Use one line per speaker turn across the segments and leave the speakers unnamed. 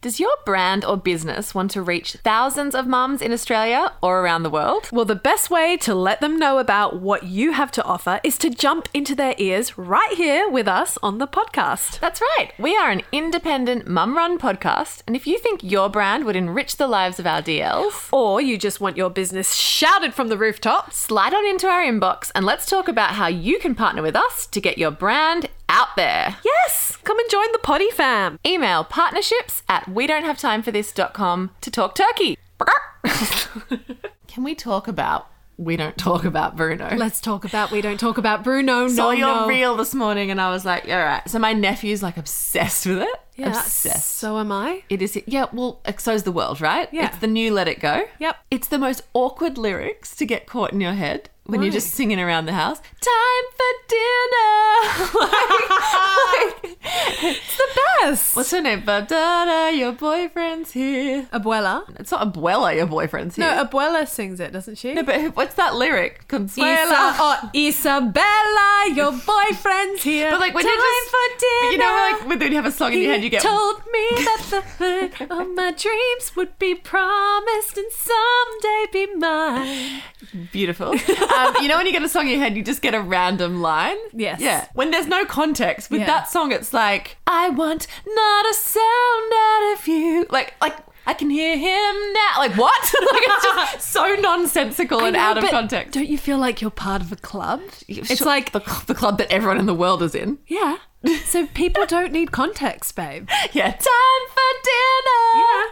Does your brand or business want to reach thousands of mums in Australia or around the world?
Well, the best way to let them know about what you have to offer is to jump into their ears right here with us on the podcast.
That's right. We are an independent mum run podcast. And if you think your brand would enrich the lives of our DLs,
Or you just want your business shouted from the rooftops.
slide on into our inbox and let's talk about how you can partner with us to get your brand out there.
Yes, come and join the potty fam.
Email partnerships at we don't have time for this.com to talk turkey. Can we talk about we don't talk about Bruno?
Let's talk about we don't talk about Bruno.
saw
No,
your
no.
reel this morning and I was like, all right. So my nephew's like obsessed with it.
Yeah,
obsessed.
So am I.
It is, yeah, well, so's the world, right?
Yeah.
It's the new Let It Go.
Yep.
It's the most awkward lyrics to get caught in your head when you're
Why?
just singing around the house. Time for dinner. like, like-
It's the best.
what's her name? Badada, your boyfriend's here.
Abuela?
It's not Abuela, your boyfriend's here.
No, Abuela sings it, doesn't she?
No, but who- what's that lyric?
Isa-
Consuela.
oh, Isabella, your boyfriend's here.
But like when
Time
you're just,
for dinner.
but you know, like when you have a song in your head,
He
you get
told me that the hood of my dreams would be promised and someday be mine.
beautiful. Um, you know, when you get a song in your head, you just get a random line.
Yes.
Yeah. When there's no context with
Yeah.
that song, it's like I want not a sound out of you. Like, like. I can hear him now. Like what? like it's just so nonsensical and
I know,
out of
but
context.
Don't you feel like you're part of a club? It's
Sure,
like
the, the club that everyone in the world is in.
yeah. So people don't need context, babe.
Yeah. Time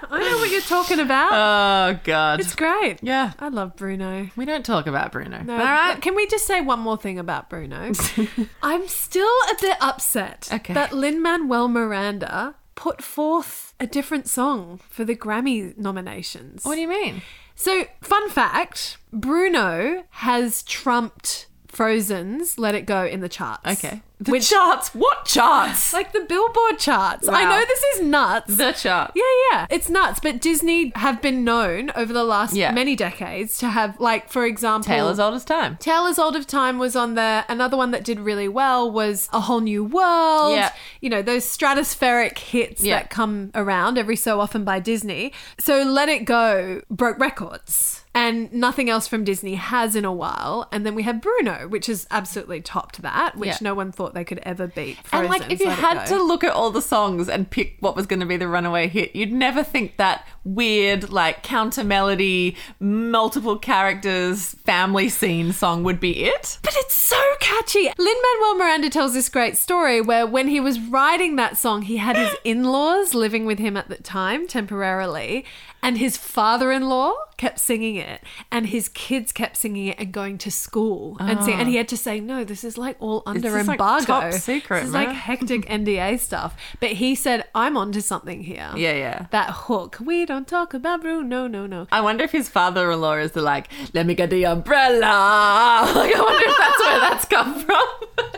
for
I know what you're talking about.
dinner. Oh god.
it's great.
yeah.
I love Bruno.
We don't talk about Bruno.
No,
All right.
Can we just say one more thing about Bruno? I'm still a bit upset
Okay.
that Lin Manuel Miranda put forth a different song for the Grammy nominations.
What do you mean?
So, fun fact Bruno has trumped Frozen's Let It Go in the charts.
The
Which,
charts. What charts?
like the Billboard charts. I
Wow.
know this is nuts.
the chart.
Yeah, yeah. It's nuts. But Disney have been known over the last
Yeah.
many decades to have, like, for example,
Taylor's old as time.
Taylor's Old of Time was on there. Another one that did really well was A Whole New World.
Yeah.
You know, those stratospheric hits
Yeah.
that come around every so often by Disney. So Let It Go broke records and nothing else from Disney has in a while. And then we had Bruno, which has absolutely topped that, which
Yeah.
no one thought they could ever beat.
And like,
Frozen's
if you
Let It
had
Go.
to look at all the songs and pick what was going to be the runaway hit, you'd never think that weird, like counter melody, multiple characters, family scene song would be it.
But it's so catchy. Lin Manuel Miranda tells this great story where when he was writing that song, he had his in laws living with him at the time temporarily, and his father in law kept singing it, and his kids kept singing it and going to school and sing, and he had to say, No, this is like all under
is, Ah. like,
embargo.
top secret,
This is like
man."
hectic NDA stuff. But he said, I'm onto something here.
Yeah, yeah.
That hook. We don't talk about Bruno, no, no.
I wonder if his father-in-law is the like, let me get the umbrella. Like, I wonder if that's where that's come from.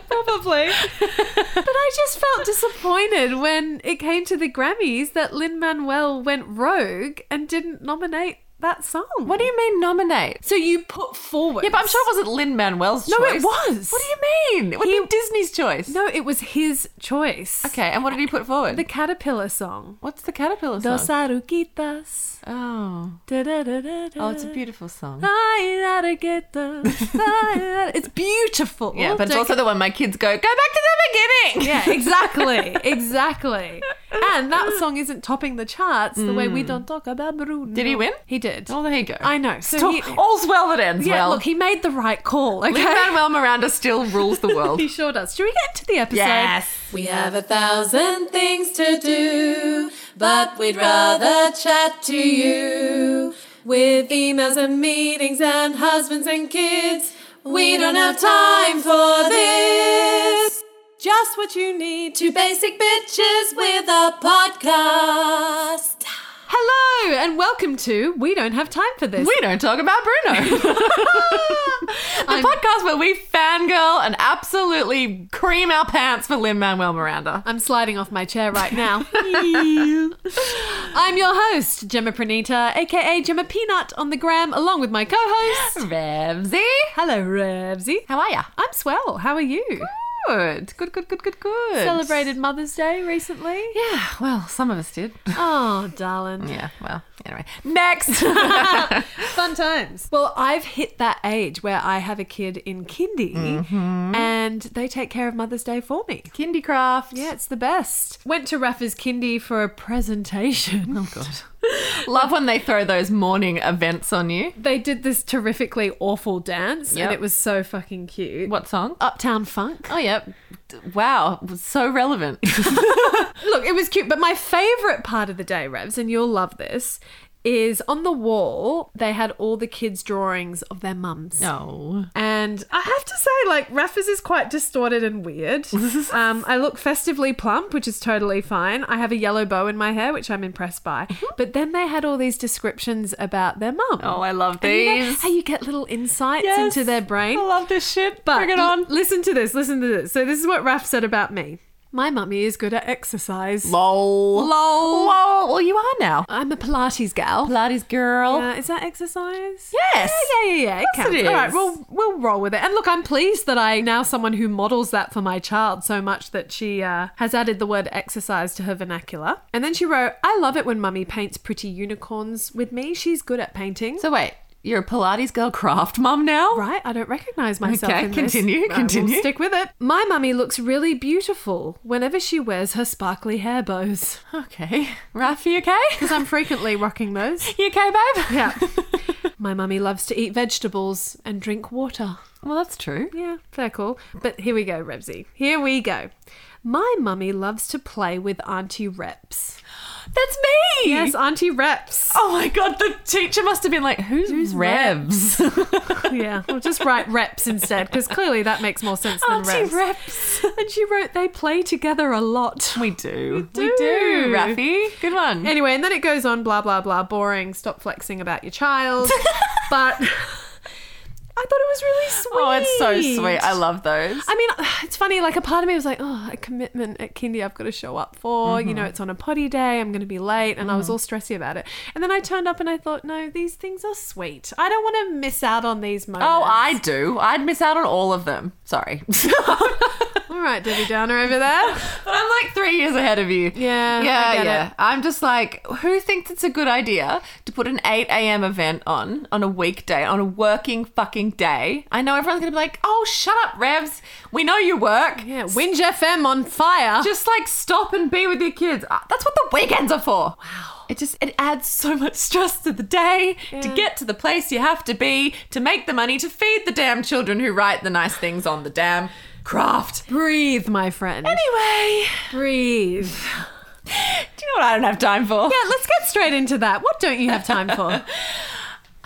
Probably. but I just felt disappointed when it came to the Grammys that Lin Manuel went rogue and didn't nominate that song.
What do you mean nominate?
So you put forward.
Yeah, but I'm sure it wasn't Lin Manuel's
No,
choice.
it was.
What do you mean? It would be Disney's choice.
No, it was his choice.
Okay, and what did he put forward?
The Caterpillar song.
What's the caterpillar song?
Dos aruguitas.
oh,
da-da-da-da-da.
oh, it's a beautiful song.
Ay, aruguitas, ay, aru- It's beautiful.
Yeah, but it's
Don't
also the one my kids go, go back to the beginning.
Yeah, exactly. exactly. And that song isn't topping the charts the way we don't talk about Bruno.
Did he win?
He did.
Oh, there you go.
I know. So
Still-
he- oh,
all's well that ends
yeah,
well.
look, he made the right call. Okay.
Manuel Miranda still rules the world.
he sure does. Should we get into the episode?
We have a thousand things to do, but we'd rather chat to you. With emails and meetings and husbands and kids, we don't have time for this. Just what you need, two basic bitches with a podcast.
Hello and welcome to We Don't Have Time for This.
We don't talk about Bruno. the podcast where we fangirl and absolutely cream our pants for Lin Manuel Miranda.
I'm sliding off my chair right now. I'm your host, Gemma Pranita, aka Gemma Peanut on the gram, along with my co-host.
Revsy.
Hello, Revsy. Oh,
How are ya?
I'm swell. How are you?
Good. Good, good, good, good, good.
Celebrated Mother's Day recently.
Yeah, well, some of us did.
Oh, darling.
Yeah, well, anyway. Next!
Fun times. Well, I've hit that age where I have a kid in kindy
Mm-hmm.
and they take care of Mother's Day for me.
Kindycraft.
Yeah, it's the best. Went to Rafa's kindy for a presentation.
Oh, God. Love when they throw those morning events on you.
They did this terrifically awful dance
Yep.
and it was so fucking cute.
What song?
Uptown Funk.
Oh, yeah. D- Wow. was So relevant.
Look, it was cute, but my favorite part of the day, Revs, and you'll love this, is on the wall they had all the kids' drawings of their mums.
no.
And I have to say, like, Rafa's is quite distorted and weird. um, I look festively plump, which is totally fine. I have a yellow bow in my hair, which I'm impressed by. But then they had all these descriptions about their mum.
Mm-hmm. Oh, I love
And you know
these.
how you get little insights
Yes.
into their brain.
I love this shit.
But
Bring it
l-
on.
listen to this, listen to this. So this is what Raf said about me. My mummy is good at exercise.
Lol.
Lol.
Lol. Well, you are now.
I'm a Pilates gal.
Pilates girl.
Uh, is that exercise?
Yes.
Yeah, yeah, yeah. It
Yes,
counts.
it
All right,
is.
we'll we'll roll with it. And look, I'm pleased that I now someone who models that for my child so much that she uh, has added the word exercise to her vernacular. And then she wrote, "I love it when Mummy paints pretty unicorns with me. She's good at painting."
So wait, you're a Pilates girl craft mum now?
Right, I don't recognize myself.
Okay,
in this.
continue,
I will
continue.
stick with it. My mummy looks really beautiful whenever she wears her sparkly hair bows.
Okay. Raf, you okay?
Because I'm frequently rocking those.
You okay, babe?
Yeah. My mummy loves to eat vegetables and drink water.
Well, that's true.
Yeah, fair call. But here we go, Rebsy. Here we go. My mummy loves to play with Auntie Reps.
That's me.
Yes, Auntie Reps.
Oh my god, the teacher must have been like, "Who's, Revs?"
yeah, we'll just write Reps instead because clearly that makes more sense than
Auntie
Reps.
Reps.
and she wrote they play together a lot.
We do.
We
We do.
do.
Rafi, good one.
Anyway, and then it goes on, blah, blah, blah, boring, stop flexing about your child. but I thought it was really sweet.
oh, it's so sweet. I love those.
I mean, it's funny. Like a part of me was like, oh, a commitment at kindy I've got to show up for. You know, it's on a potty day. I'm going to be late, and I was all stressy about it. And then I turned up and I thought, no, these things are sweet. I don't want to miss out on these moments.
oh, I do. I'd miss out on all of them. Sorry.
all right, Debbie Downer over there.
But I'm like three years ahead of you.
Yeah, I
Yeah,
get
yeah.
it.
I'm just like, who thinks it's a good idea to put an 8 a.m. event on on a weekday, on a working fucking day? I know everyone's gonna be like, oh, shut up, Revs. We know you work.
Yeah, Winge FM on fire.
Just like stop and be with your kids. Uh, That's what the weekends are for. Wow. It just it adds so much stress to the day to
Yeah.
get to the place you have to be to make the money to feed the damn children who write the nice things on the damn craft.
breathe, my friend.
Anyway,
breathe.
do you know what I don't have time for?
Yeah, let's get straight into that. What don't you have time for?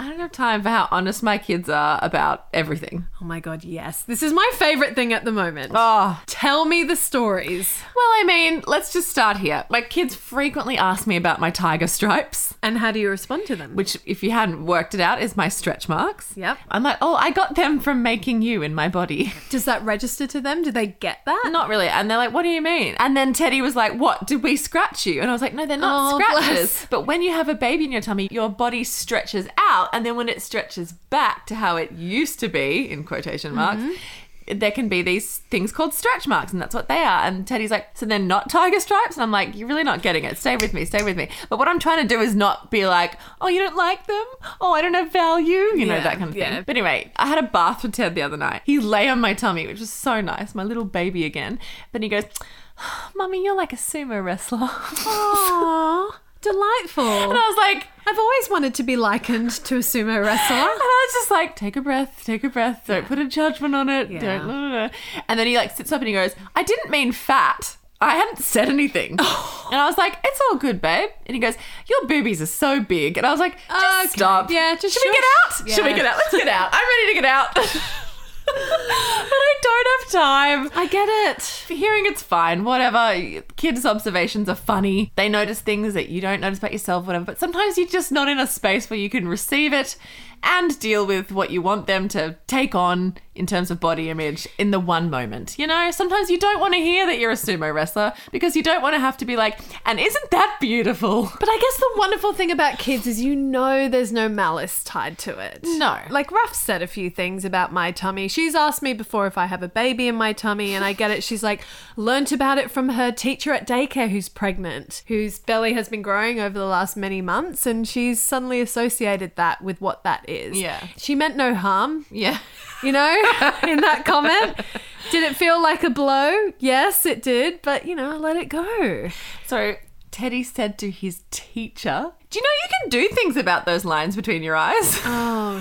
I don't have time for how honest my kids are about everything.
oh my god, yes. This is my favorite thing at the moment.
Oh,
Tell me the stories
well, I mean, let's just start here. My kids frequently ask me about my tiger stripes,
and how do you respond to them?
which, if you hadn't worked it out, is my stretch marks.
Yep.
I'm like, oh, I got them from making you in my body.
Does that register to them? Do they get that?
Not really. And they're like, what do you mean? And then Teddy was like, what? Did we scratch you? And I was like, no, they're not
Oh,
scratches.
bless.
But when you have a baby in your tummy, your body stretches out. And then when it stretches back to how it used to be, in quotation marks,
Mm-hmm.
there can be these things called stretch marks. And that's what they are. And Teddy's like, so they're not tiger stripes? And I'm like, you're really not getting it. Stay with me. Stay with me. But what I'm trying to do is not be like, oh, you don't like them? Oh, I don't have value. You know,
Yeah,
that kind of
yeah.
thing. But anyway, I had a bath with Ted the other night. He lay on my tummy, which was so nice, my little baby again. Then he goes, Mummy, you're like a sumo wrestler.
Aww,
and
delightful.
I was like,
I've always wanted to be likened to a sumo wrestler.
and I was just like, take a breath, take a breath, don't put a judgment on it,
Yeah.
don't. blah, blah, blah." And then he like sits up and he goes, I didn't mean fat. I hadn't said anything. and I was like, it's all good, babe. And he goes, your boobies are so big. And I was like, just
Okay.
stop.
Yeah, just
Should we
shush.
get out? Should we
Yeah.
get out? Let's get out. I'm ready to get out. but I don't have time.
I get it.
For hearing it's fine, whatever. Kids' observations are funny. They notice things that you don't notice about yourself, whatever. But sometimes you're just not in a space where you can receive it and deal with what you want them to take on in terms of body image in the one moment. You know, sometimes you don't want to hear that you're a sumo wrestler because you don't want to have to be like, and isn't that beautiful?
But I guess the wonderful thing about kids is you know there's no malice tied to it.
No.
Like Ruff said a few things about my tummy. She's asked me before if I have a baby in my tummy, and I get it. She's like, learnt about it from her teacher at daycare who's pregnant, whose belly has been growing over the last many months, and she's suddenly associated that with what that is.
Yeah.
She meant no harm
Yeah.
you know, in that comment. Did it feel like a blow? Yes, it did, but you know, I let it go.
So Teddy said to his teacher, Do you know you can do things about those lines between your eyes?
Oh,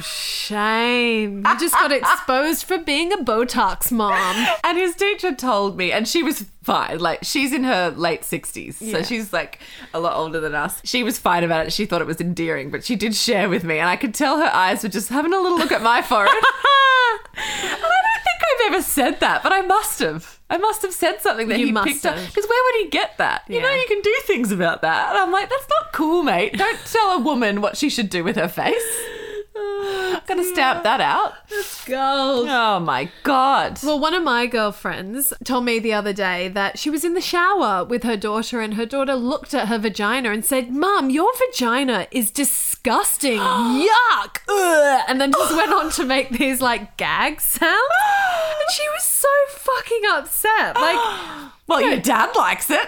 shame. You just got exposed for being a Botox mom.
And his teacher told me, and she was fine. Like, she's in her late 60s. So
Yeah.
she's like a lot older than us. She was fine about it. She thought it was endearing, but she did share with me. And I could tell her eyes were just having a little look at my forehead. and I don't think I've ever said that, but I must have. I must have said something that
You
he
must
picked up.
have.
Because where would he get that? You know,
Yeah.
you can do things about that. And I'm like, that's not cool, mate. Don't tell a woman what she should do with her face. I'm going to stamp that out.
Gold.
Oh my God.
Well, one of my girlfriends told me the other day that she was in the shower with her daughter, and her daughter looked at her vagina and said, Mom, your vagina is disgusting. Yuck. Ugh. And then just went on to make these like gag sounds. And she was so fucking upset. Like,
Well, your dad likes it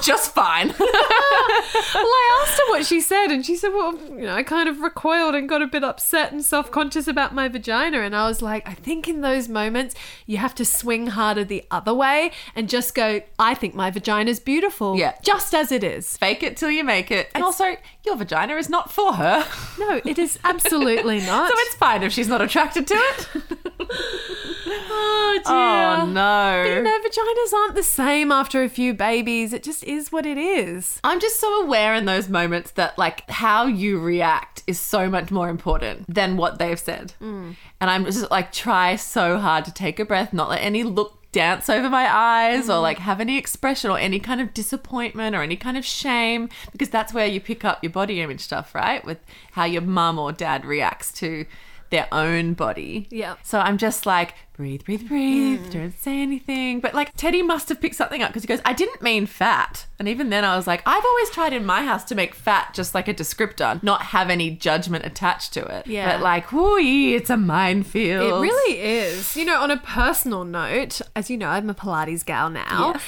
just fine.
well, I asked her what she said, and she said, Well, you know, I kind of recoiled and got a bit upset and self conscious about my vagina. And I was like, I think in those moments, you have to swing harder the other way and just go, I think my vagina's beautiful.
Yeah.
Just as it is.
Fake it till you make it. And also, your vagina is not for her.
No, it is absolutely not.
So it's fine if she's not attracted to it.
oh,
Oh, no.
But you know, vaginas aren't the same after a few babies. It just is what it is.
I'm just so aware in those moments that, like, how you react is so much more important than what they've said. And I'm just like, try so hard to take a breath, not let any look dance over my eyes or like have any expression or any kind of disappointment or any kind of shame because that's where you pick up your body image stuff, right? With how your mum or dad reacts to their own body.
Yeah.
So I'm just like, breathe, breathe, breathe. Don't say anything. But like Teddy must have picked something up because he goes, I didn't mean fat. And even then I was like, I've always tried in my house to make fat just like a descriptor, not have any judgment attached to it.
Yeah.
But like, whoo, it's a
It
minefield.
really is. You know, on a personal note, as you know, I'm a Pilates gal now.
Yes.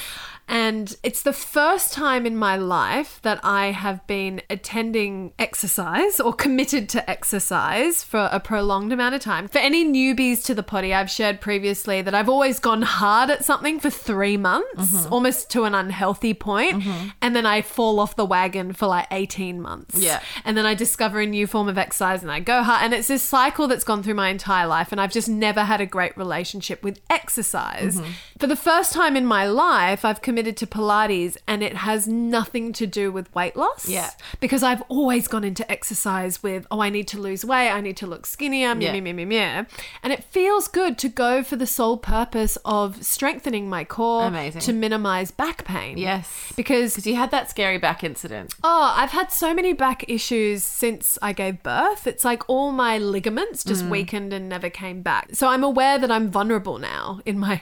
And it's the first time in my life that I have been attending exercise or committed to exercise for a prolonged amount of time. For any newbies to the potty, I've shared previously that I've always gone hard at something for three months, almost to an unhealthy point, And then I fall off the wagon for like 18 months
Yeah.
and then I discover a new form of exercise and I go hard. And it's this cycle that's gone through my entire life. And I've just never had a great relationship with exercise.
Mm-hmm.
For the first time in my life, I've committed to Pilates and it has nothing to do with weight loss.
Yeah.
Because I've always gone into exercise with, oh, I need to lose weight, I need to look skinnier, meh,
Yeah.
meh, meh, meh, meh. And it feels good to go for the sole purpose of strengthening my core
Amazing.
to minimize back pain.
Yes.
Because
Because you had that scary back incident.
Oh, I've had so many back issues since I gave birth. It's like all my ligaments just
Mm.
weakened and never came back. So I'm aware that I'm vulnerable now in my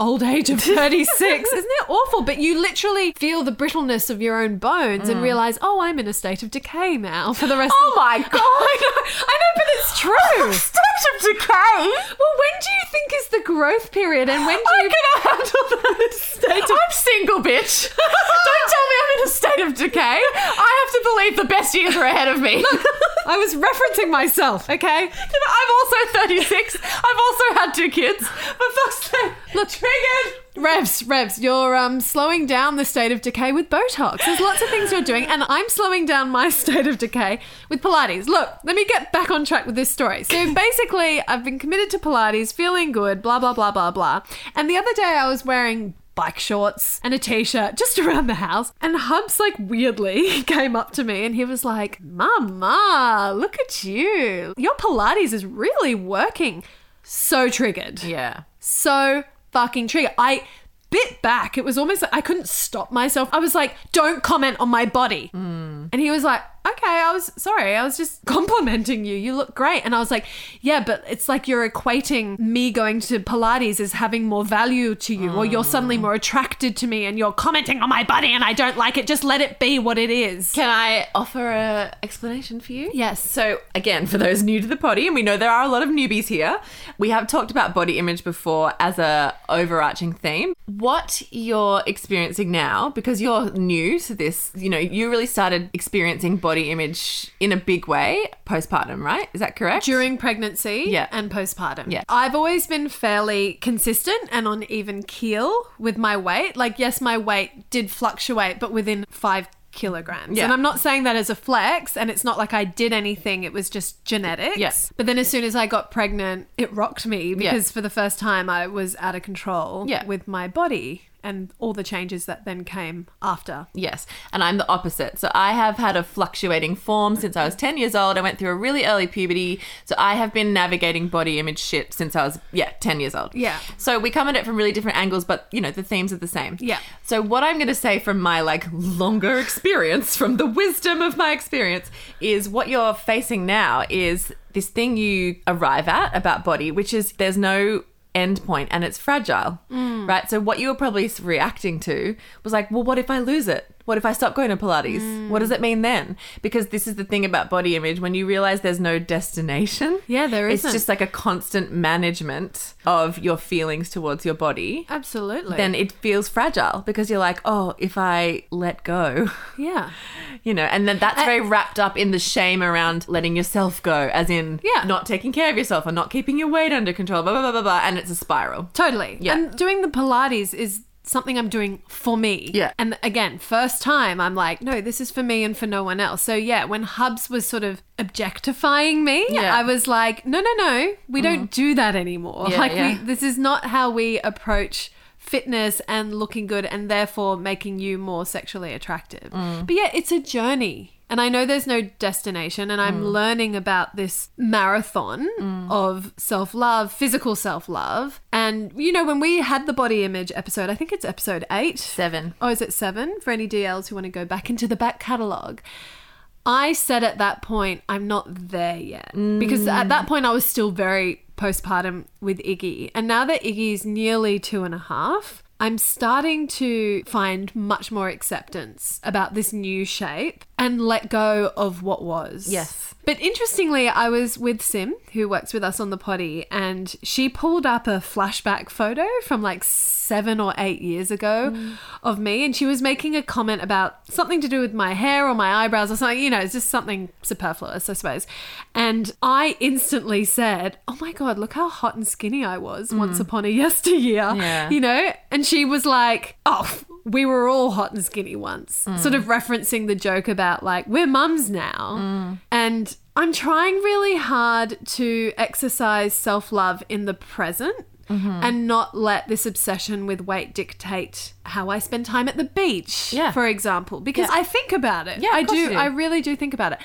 old age of 36. Isn't it awful? But you literally feel the brittleness of your own bones and realize, oh, I'm in a state of decay now for the rest
Mm. Oh
of
my God.
I know, I know, but it's true.
Stage of decay.
Well, when do you think is the growth period and when do you
I can handle that state of- I'm single, bitch. Don't tell me I'm in a state of decay. I have to believe the best years are ahead of me.
I was referencing myself, okay?
I'm also 36. I've also had two kids. For fuck's sake.
Look,
triggered.
Revs, Revs, you're um, slowing down the state of decay with Botox. There's lots of things you're doing, and I'm slowing down my state of decay with Pilates. Look, let me get back on track with this story. So basically, I've been committed to Pilates, feeling good, blah, blah, blah, blah, blah. And the other day, I was wearing bike shorts and a t-shirt just around the house and hubs like weirdly came up to me and he was like mama look at you your pilates is really working so triggered
Yeah.
so fucking trigger. I bit back. It was almost like I couldn't stop myself. I was like, don't comment on my body. And he was like, okay. I was sorry. I was just complimenting you. You look great. And I was like, yeah, but it's like you're equating me going to Pilates as having more value to you, or you're suddenly more attracted to me and you're commenting on my body and I don't like it. Just let it be what it is.
Can I offer a explanation for you?
Yes.
So again, for those new to the potty, and we know there are a lot of newbies here, we have talked about body image before as a overarching theme. What you're experiencing now, because you're new to this, you know, you really started experiencing body image in a big way postpartum, right? Is that correct?
during pregnancy
Yeah.
and postpartum.
Yeah.
I've always been fairly consistent and on even keel with my weight. Like, yes, my weight did fluctuate, but within five kilograms.
Yeah.
And I'm not saying that as a flex, and it's not like I did anything, it was just genetics.
Yeah.
But then as soon as I got pregnant, it rocked me because for the first time I was out of control
Yeah.
with my body and all the changes that then came after.
Yes, and I'm the opposite. So I have had a fluctuating form since I was 10 years old. I went through a really early puberty. So I have been navigating body image shit since I was, yeah, 10 years old.
Yeah.
So we come at it from really different angles, but, you know, the themes are the same.
Yeah.
So what I'm going to say from my, like, longer experience, from the wisdom of my experience, is what you're facing now is this thing you arrive at about body, which is there's no end point and it's fragile,
Mm.
right? So what you were probably s- reacting to was like, well, what if I lose it? What if I stop going to Pilates?
Mm.
What does it mean then? Because this is the thing about body image when you realize there's no destination.
Yeah, there
It's
isn't.
just like a constant management of your feelings towards your body.
Absolutely.
Then it feels fragile because you're like, oh, if I let go,
yeah.
you know, and then that's very wrapped up in the shame around letting yourself go, as in
Yeah.
not taking care of yourself or not keeping your weight under control, blah, blah, blah, blah, blah. And it's a spiral.
Totally.
Yeah.
And doing the Pilates is something I'm doing for me.
Yeah.
And again, first time I'm like, no, this is for me and for no one else. So yeah, when Hubs was sort of objectifying me,
Yeah. Mm.
I was like, no, no, no, we don't do that anymore.
Yeah,
like
yeah.
we this is not how we approach fitness and looking good and therefore making you more sexually attractive. But yeah, it's a journey. And I know there's no destination, and I'm learning about this marathon of self love, physical self love. And, you know, when we had the body image episode, I think it's episode eight.
Seven.
Oh, is it seven? For any DLs who want to go back into the back catalogue. I said at that point, I'm not there yet. Because at
Mm.
that point, I was still very postpartum with Iggy. And now that Iggy's nearly two and a half, I'm starting to find much more acceptance about this new shape and let go of what was.
Yes.
But interestingly, I was with Sim, who works with us on the potty, and she pulled up a flashback photo from like seven or eight years ago of me. And she was making a comment about something to do with my hair or my eyebrows or something, you know, it's just something superfluous, I suppose. And I instantly said, Oh my God, look how hot and skinny I was once upon a yesteryear.
Yeah.
You know? And she was like, Oh, we were all hot and skinny once,
Mm.
sort of referencing the joke about like, we're mums
Mm.
now. And I'm trying really hard to exercise self love in the present.
Mm-hmm.
And not let this obsession with weight dictate how I spend time at the beach,
Yeah.
for example, because I think about it.
Yeah, of
I
course you
do.
do.
I really do think about it.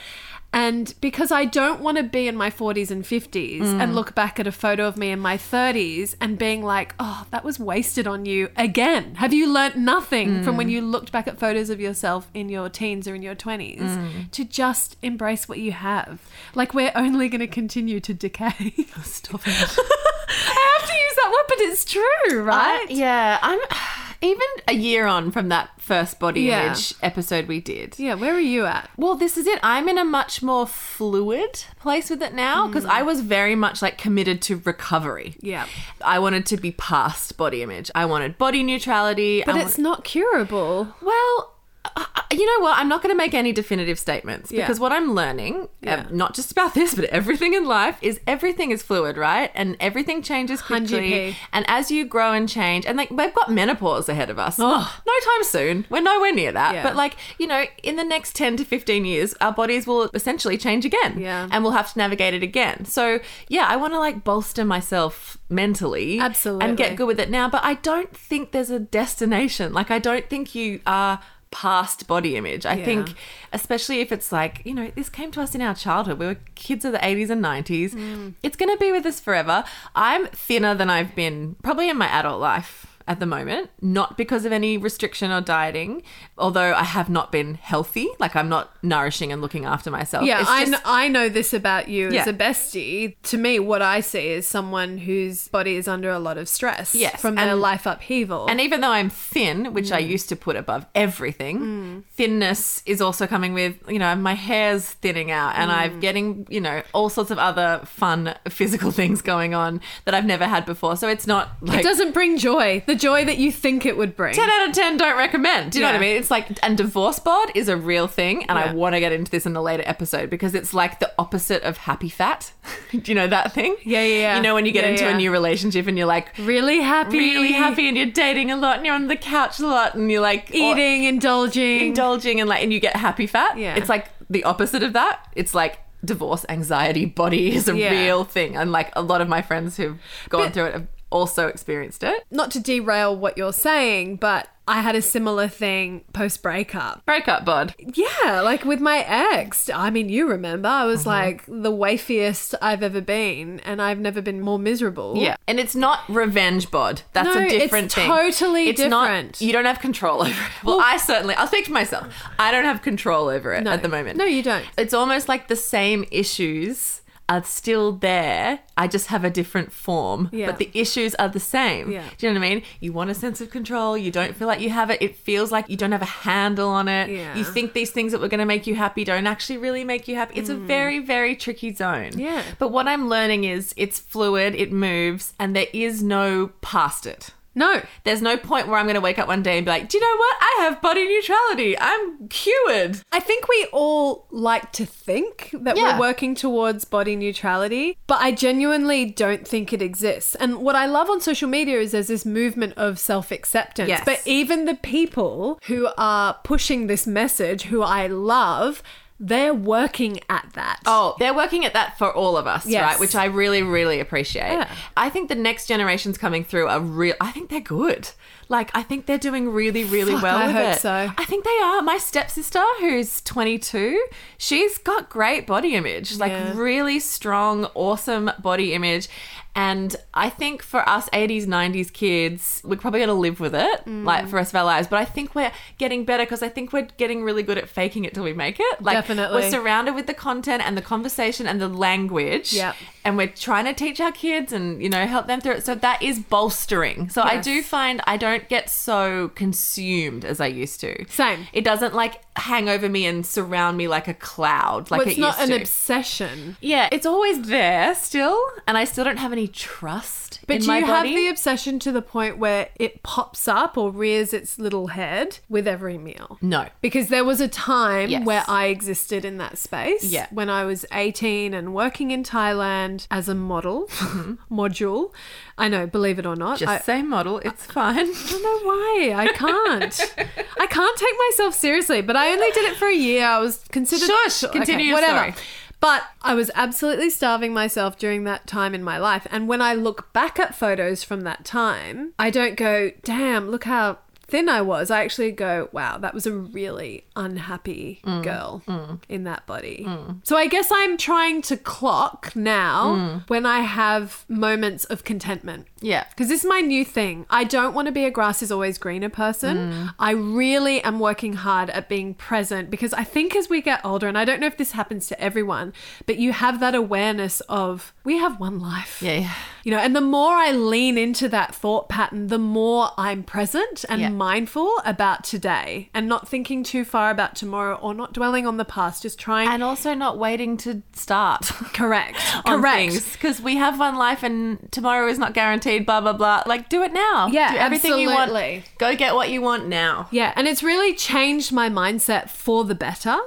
And because I don't want to be in my 40s and 50s and look back at a photo of me in my 30s and being like, oh, that was wasted on you again. Have you learnt nothing from when you looked back at photos of yourself in your teens or in your 20s to just embrace what you have? Like, we're only going to continue to decay. Stop it. I have to use that word, but it's true, right?
I- yeah, I'm even a year on from that first body
Yeah.
image episode we did.
yeah, where are you at?
Well, this is it. I'm in a much more fluid place with it now because I was very much like committed to recovery.
Mm. Yeah.
I wanted to be past body image. I wanted body neutrality.
But
I
it's not curable.
well, I- I- you know what? I'm not going to make any definitive statements
Yeah.
because what I'm learning,
Yeah.
uh, not just about this, but everything in life, is everything is fluid, right? And everything changes
100p.
quickly. And as you grow and change, and like we've got menopause ahead of us.
Ugh.
No time soon. We're nowhere near that.
Yeah.
But like, you know, in the next 10 to 15 years, our bodies will essentially change again.
Yeah.
And we'll have to navigate it again. So, yeah, I want to like bolster myself mentally and
Absolutely.
get good with it now. But I don't think there's a destination. Like, I don't think you are past body image. I
Yeah.
think, especially if it's like, you know, this came to us in our childhood. We were kids of the 80s and 90s.
Mm.
It's going to be with us forever. I'm thinner than I've been probably in my adult life. at the moment, not because of any restriction or dieting, although I have not been healthy. Like I'm not nourishing and looking after myself.
Yeah,
It's
I,
just-
kn- I know this about you
Yeah.
as a bestie. To me, what I see is someone whose body is under a lot of stress
Yes,
from their
and-
life upheaval.
And even though I'm thin, which I
Mm.
used to put above everything, thinness is also coming with, you know, my hair's thinning out and
Mm.
I'm getting, you know, all sorts of other fun physical things going on that I've never had before. So it's not like.
it doesn't bring joy, the joy that you think it would bring.
10 out of 10 don't recommend. Do you know what I
Yeah.
mean? It's like, and divorce bod is a real thing. And
Yeah.
I want to get into this in a later episode because it's like the opposite of happy fat. Do you know that thing?
Yeah, yeah, yeah.
You know, when you get
Yeah,
into
yeah.
a new relationship and you're like,
Really happy.
really happy and you're dating a lot and you're on the couch a lot and you're like or-
Eating, indulging.
indulging and like and you get happy fat.
Yeah.
It's like the opposite of that. It's like divorce anxiety body is a
Yeah.
real thing. And like a lot of my friends who've gone
But-
through it have also experienced it.
Not to derail what you're saying, but I had a similar thing post breakup.
Breakup bod.
Yeah, like with my ex. I mean, you remember, I
Mm-hmm.
was like the wafiest I've ever been, and I've never been more miserable.
Yeah. And it's not revenge bod. That's
No,
a
it's
different thing.
totally
it's not-
different.
you don't have control over it. Well, I certainly I'll speak for myself. I don't have control over it at the moment.
No, you don't.
It's almost like the same issues are still there. I just have a different form,
Yeah.
but the issues are the same.
Yeah.
Do you know what I mean? You want a sense of control. You don't feel like you have it. It feels like you don't have a handle on it.
Yeah.
You think these things that were going to make you happy don't actually really make you happy. It's a very, very tricky zone.
Mm. Yeah.
But what I'm learning is it's fluid, it moves, and there is no past it.
No.
There's no point where I'm going to wake up one day and be like, do you know what? I have body neutrality. I'm cured.
I think we all like to think that
Yeah.
we're working towards body neutrality, but I genuinely don't think it exists. And what I love on social media is there's this movement of self acceptance.
Yes.
But even the people who are pushing this message, who I love, they're working at that.
Oh, they're working at that for all of us,
Yes.
right? Which I really, really appreciate.
Yeah.
I think the next generations coming through are real. I think they're good. Like, I think they're doing really, really
Fuck,
well
I
with
hope
it.
so.
I think they are. My stepsister, who's 22, she's got great body image, like
Yeah.
really strong, awesome body image. And I think for us 80s, 90s kids, we're probably going to live with it,
Mm.
like for the rest of our lives. But I think we're getting better because I think we're getting really good at faking it till we make it. Like,
Definitely.
We're surrounded with the content and the conversation and the language.
Yep.
And we're trying to teach our kids and, you know, help them through it. So that is bolstering. So I
Yes.
do find I don't get so consumed as I used to.
Same.
It doesn't like hang over me and surround me like a cloud. Like
Well, it's
it
not
used
an
to.
obsession.
yeah, it's always there still. And I still don't have any trust.
But
in
do
my
you
body.
have the obsession to the point where it pops up or rears its little head with every meal?
No.
Because there was a time
Yes.
where I existed in that space.
Yeah.
When I was 18 and working in Thailand as a model, module. I know, believe it or not.
Mm-hmm. Just
I,
say model, it's fine.
I don't know why. I can't. I can't take myself seriously, but I only did it for a year. I was considered.
Sure, sh- continue your
whatever.
story.
But I was absolutely starving myself during that time in my life. And when I look back at photos from that time, I don't go, damn, look how thin I was. I actually go, wow, that was a really unhappy
Mm,
girl in that body. So I guess I'm trying to clock now
Mm.
when I have moments of contentment.
yeah.
Because this is my new thing. I don't want to be a grass is always greener person.
Mm.
I really am working hard at being present because I think as we get older, and I don't know if this happens to everyone, but you have that awareness of we have one life.
Yeah. yeah.
You know, and the more I lean into that thought pattern, the more I'm present and
Yeah.
mindful about today and not thinking too far about tomorrow or not dwelling on the past, just trying.
And also not waiting to start.
correct.
on
correct.
because we have one life and tomorrow is not guaranteed blah blah blah like do it now
Yeah,
do everything you
absolutely.
want go get what you want now
Yeah, and it's really changed my mindset for the better.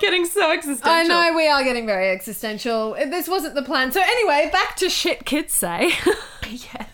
getting so existential
I know we are getting very existential. This wasn't the plan. So anyway, back to shit kids say.
yes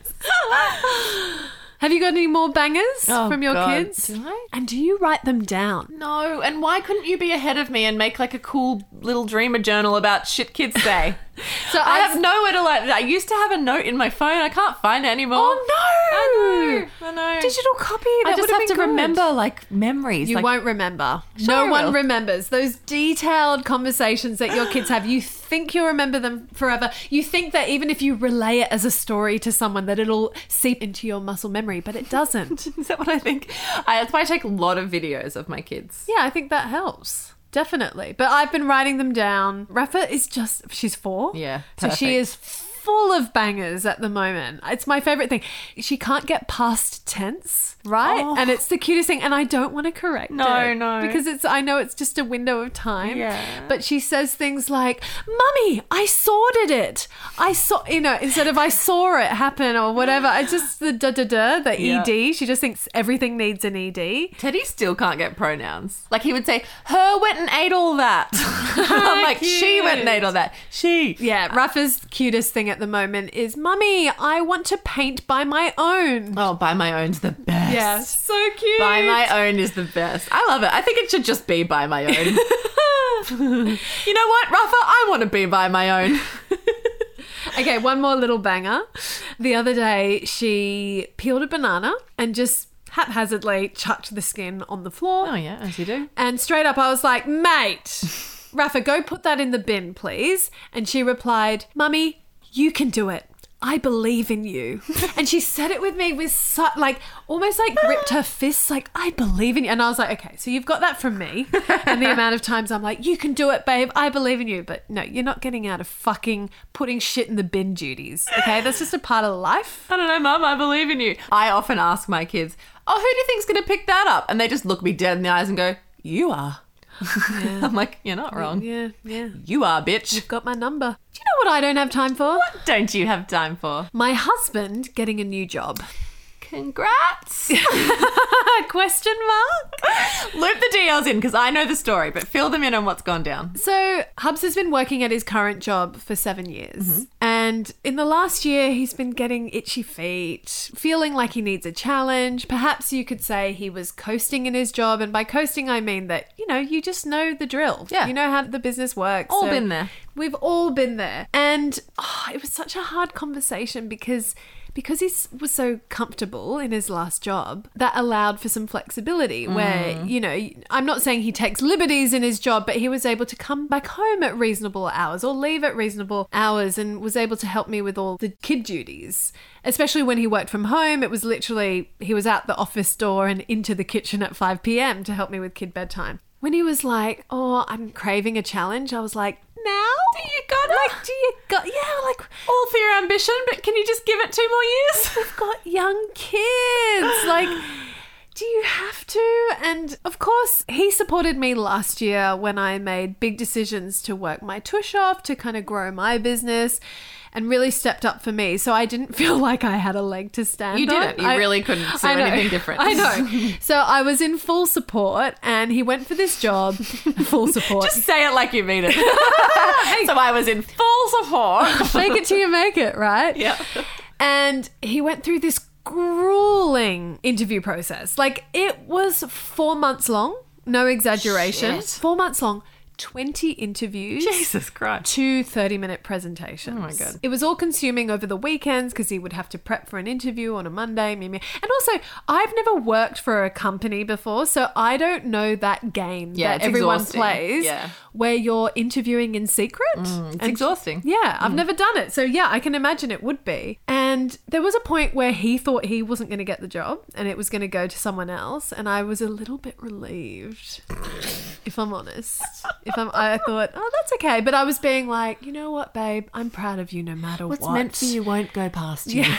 Have you got any more bangers
Oh,
from your
God.
kids?
Did I?
And do you write them down?
no and why couldn't you be ahead of me and make like a cool little dreamer journal about shit kids day
So
I
I
have nowhere to like. I used to have a note in my phone. I can't find it anymore.
Oh, no!
I know. I know.
Digital copy. That
I just
would've
have to
been good.
remember like memories.
You
like,
won't remember.
Sure
no
I
one
will.
remembers those detailed conversations that your kids have. You think you'll remember them forever. You think that even if you relay it as a story to someone, that it'll seep into your muscle memory, but it doesn't.
Is that what I think? I, that's why I take a lot of videos of my kids.
yeah, I think that helps. Definitely. But I've been writing them down. Rafa is just, she's four.
Yeah,
So she
perfect.
is full of bangers at the moment. It's my favorite thing. She can't get past tense, right?
Oh.
And it's the cutest thing. And I don't want to correct
No,
it.
no.
Because it's I know it's just a window of time.
Yeah.
But she says things like, Mummy, I sorted it. I saw you know, instead of I saw it happen or whatever. It's just the da da da, the
Yeah.
ED. She just thinks everything needs an E ED.
Teddy still can't get pronouns. Like he would say, "Her went and ate all that." I'm like, "She went and ate all that." She.
Yeah, Rafa's cutest thing at the moment is, Mummy, I want to paint by my own.
Oh, by my own's the best.
Yeah, so cute.
By my own is the best. I love it. I think it should just be by my own. you know what, Rafa? I want to be by my own.
Okay, one more little banger. The other day, she peeled a banana and just haphazardly chucked the skin on the floor.
Oh yeah, as you do.
And straight up, I was like, mate, Rafa, go put that in the bin, please. And she replied, Mummy, you can do it. I believe in you. and she said it with me with such, like, almost like gripped her fists, like, I believe in you. And I was like, okay, so you've got that from me. and the amount of times I'm like, you can do it, babe. I believe in you. But no, you're not getting out of fucking putting shit in the bin duties. Okay, that's just a part of life.
I don't know, Mum. I believe in you. I often ask my kids, "Oh, who do you think's going to pick that up?" And they just look me dead in the eyes and go, "You are." I'm like, "You're not wrong.
Yeah, yeah.
You are, bitch."
Got my number. Do you know what I don't have time for?
What don't you have time for?
My husband getting a new job.
Congrats.
question mark.
Loop the DLs in because I know the story, but fill them in on what's gone down.
So Hubs has been working at his current job for seven years,
Mm-hmm.
and in the last year, he's been getting itchy feet, feeling like he needs a challenge. Perhaps you could say he was coasting in his job, and by coasting, I mean that you know you just know the drill.
Yeah.
you know how the business works.
All been there.
We've all been there, and oh, it was such a hard conversation because because he s- was so comfortable in his last job that allowed for some flexibility where you know i'm not saying he takes liberties in his job but he was able to come back home at reasonable hours or leave at reasonable hours and was able to help me with all the kid duties especially when he worked from home it was literally he was out the office door and into the kitchen at 5pm to help me with kid bedtime when he was like oh i'm craving a challenge i was like now do you got like do you got yeah like
All for your ambition, but can you just give it two more years?
I've got young kids. Like, do you have to? And of course, he supported me last year when I made big decisions to work my tush off, to kind of grow my business, and really stepped up for me. So I didn't feel like I had a leg to stand
You
on.
didn't. You
I-
really couldn't see
I know.
anything different.
I know. So I was in full support, and he went for this job. full support.
Just say it like you mean it. so I was in full support.
Fake it till you make it, right?
Yeah.
And he went through this grueling interview process. Like it was four months long, no exaggeration.
Shit.
Four months long, 20 interviews.
Jesus Christ.
Two 30 minute presentations. Oh
my God.
It was all consuming over the weekends because he would have to prep for an interview on a Monday. me, me. And also, I've never worked for a company before, so I don't know that game
Yeah,
that
it's
everyone
exhausting.
plays
Yeah. Mm,
where you're interviewing in secret.
It's
and
exhausting. Mm.
yeah, I've never done it. So yeah, I can imagine it would be. And there was a point where he thought he wasn't going to get the job and it was going to go to someone else, and I was a little bit relieved. if I'm honest. If I'm I thought, "Oh, that's okay." But I was being like, "You know what, babe? I'm proud of you no matter what."
won't go past you.
Yeah.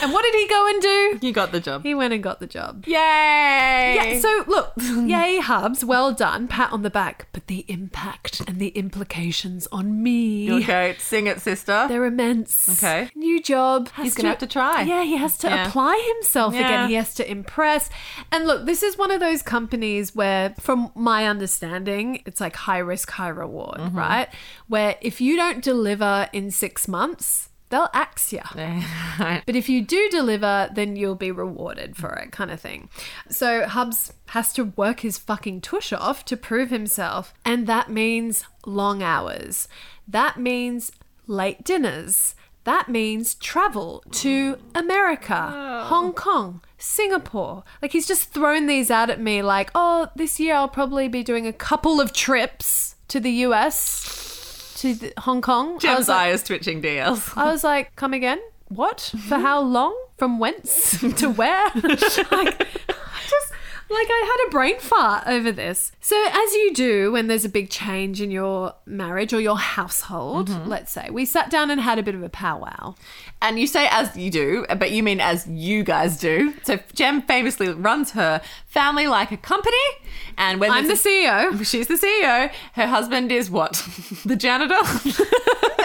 and what did he go and do?
You got the job.
He went and got the job.
Yay!
Yeah, so look, yay, Hubs, well done, pat on the back. But the impact and the implications on me.
okay, sing it, sister.
They're immense.
Okay.
New job. Has
He's gonna have to try.
Yeah, he has to
Yeah.
apply himself
Yeah.
again. He has to impress. And look, this is one of those companies where, from my understanding, it's like high risk, high reward,
Mm-hmm.
right? Where if you don't deliver in six months, they'll axe you. But if you do deliver, then you'll be rewarded for it, kind of thing. So Hubs has to work his fucking tush off to prove himself. And that means long hours. That means late dinners. that means travel to America, Hong Kong, Singapore. Like he's just thrown these out at me like, "Oh, this year I'll probably be doing a couple of trips to the US, to the, Hong Kong." I
Jim's
was, like,
eye is twitching, DLs.
I was like, "Come again? What? For how long? From whence? to where?" like I just like I had a brain fart over this. So as you do when there's a big change in your marriage or your household,
Mm-hmm.
let's say, we sat down and had a bit of a powwow.
And you say as you do, but you mean as you guys do. So Jem famously runs her family like a company. And when
I'm the E
there's
CEO.
a- she's the CEO, her husband is what? the janitor?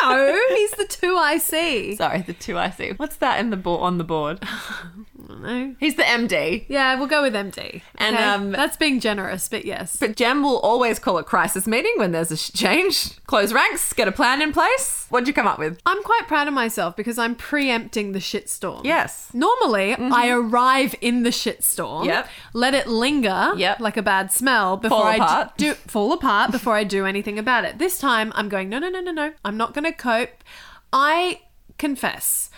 No, he's the two I see.
Sorry, the two I see. What's that in the bo- on the board?
No.
He's the MD.
Yeah, we'll go with MD.
And,
Okay?
um,
that's being generous, but yes.
But Jem will always call a crisis meeting when there's a sh- change. Close ranks, get a plan in place. What'd you come up with?
I'm quite proud of myself because I'm preempting the shitstorm.
Yes. Mm-hmm.
Normally, I arrive in the shitstorm,
Yep.
let it linger
Yep.
like a bad smell before
Fall
I d-
apart.
do fall apart before I do anything about it. This time, I'm going no, no, no, no, no. I'm not going to cope. I confess.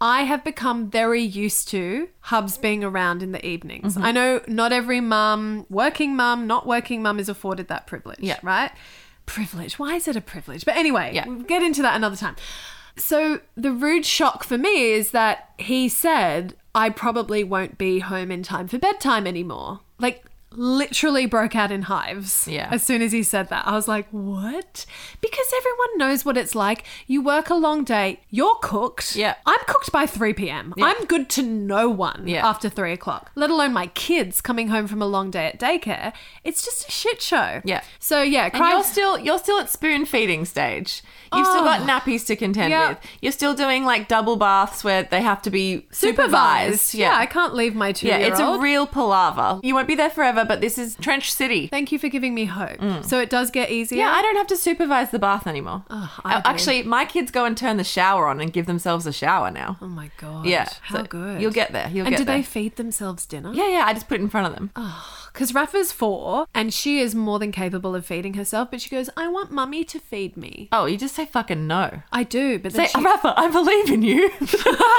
I have become very used to hubs being around in the evenings.
Mm-hmm.
I know not every mum, working mum, not working mum is afforded that privilege,
Yeah.
right? Privilege. Why is it a privilege? But anyway,
Yeah.
We'll get into that another time. So the rude shock for me is that he said, I probably won't be home in time for bedtime anymore. Like, literally broke out in hives
Yeah.
as soon as he said that. I was like, what? Because everyone knows what it's like. You work a long day, you're cooked.
Yeah.
I'm cooked by 3 p.m. I'm good to no one
Yeah.
after three o'clock, let alone my kids coming home from a long day at daycare. It's just a shit show.
Yeah.
So, yeah,
And
cry-
you're still you're still at spoon feeding stage. You've still got nappies to contend
Yeah.
with. You're still doing like double baths where they have to be supervised.
Yeah. I can't leave my two
yeah,
year
it's
old.
a real palaver. You won't be there forever, but this is trench city.
Thank you for giving me hope. So it does get easier.
Mm. Yeah, I don't have to supervise the bath anymore.
I
Uh,
do.
Actually, my kids go and turn the shower on and give themselves a shower now.
oh my god.
yeah,
How
so
good.
You'll get there. You'll
and
get
do
there.
they feed themselves dinner?
yeah, yeah. I just put it in front of them.
Because Rafa's four and she is more than capable of feeding herself, but she goes, I want mummy to feed me.
Oh, you just say fucking no.
I do, but then
Say,
she,
Rafa, I believe in you.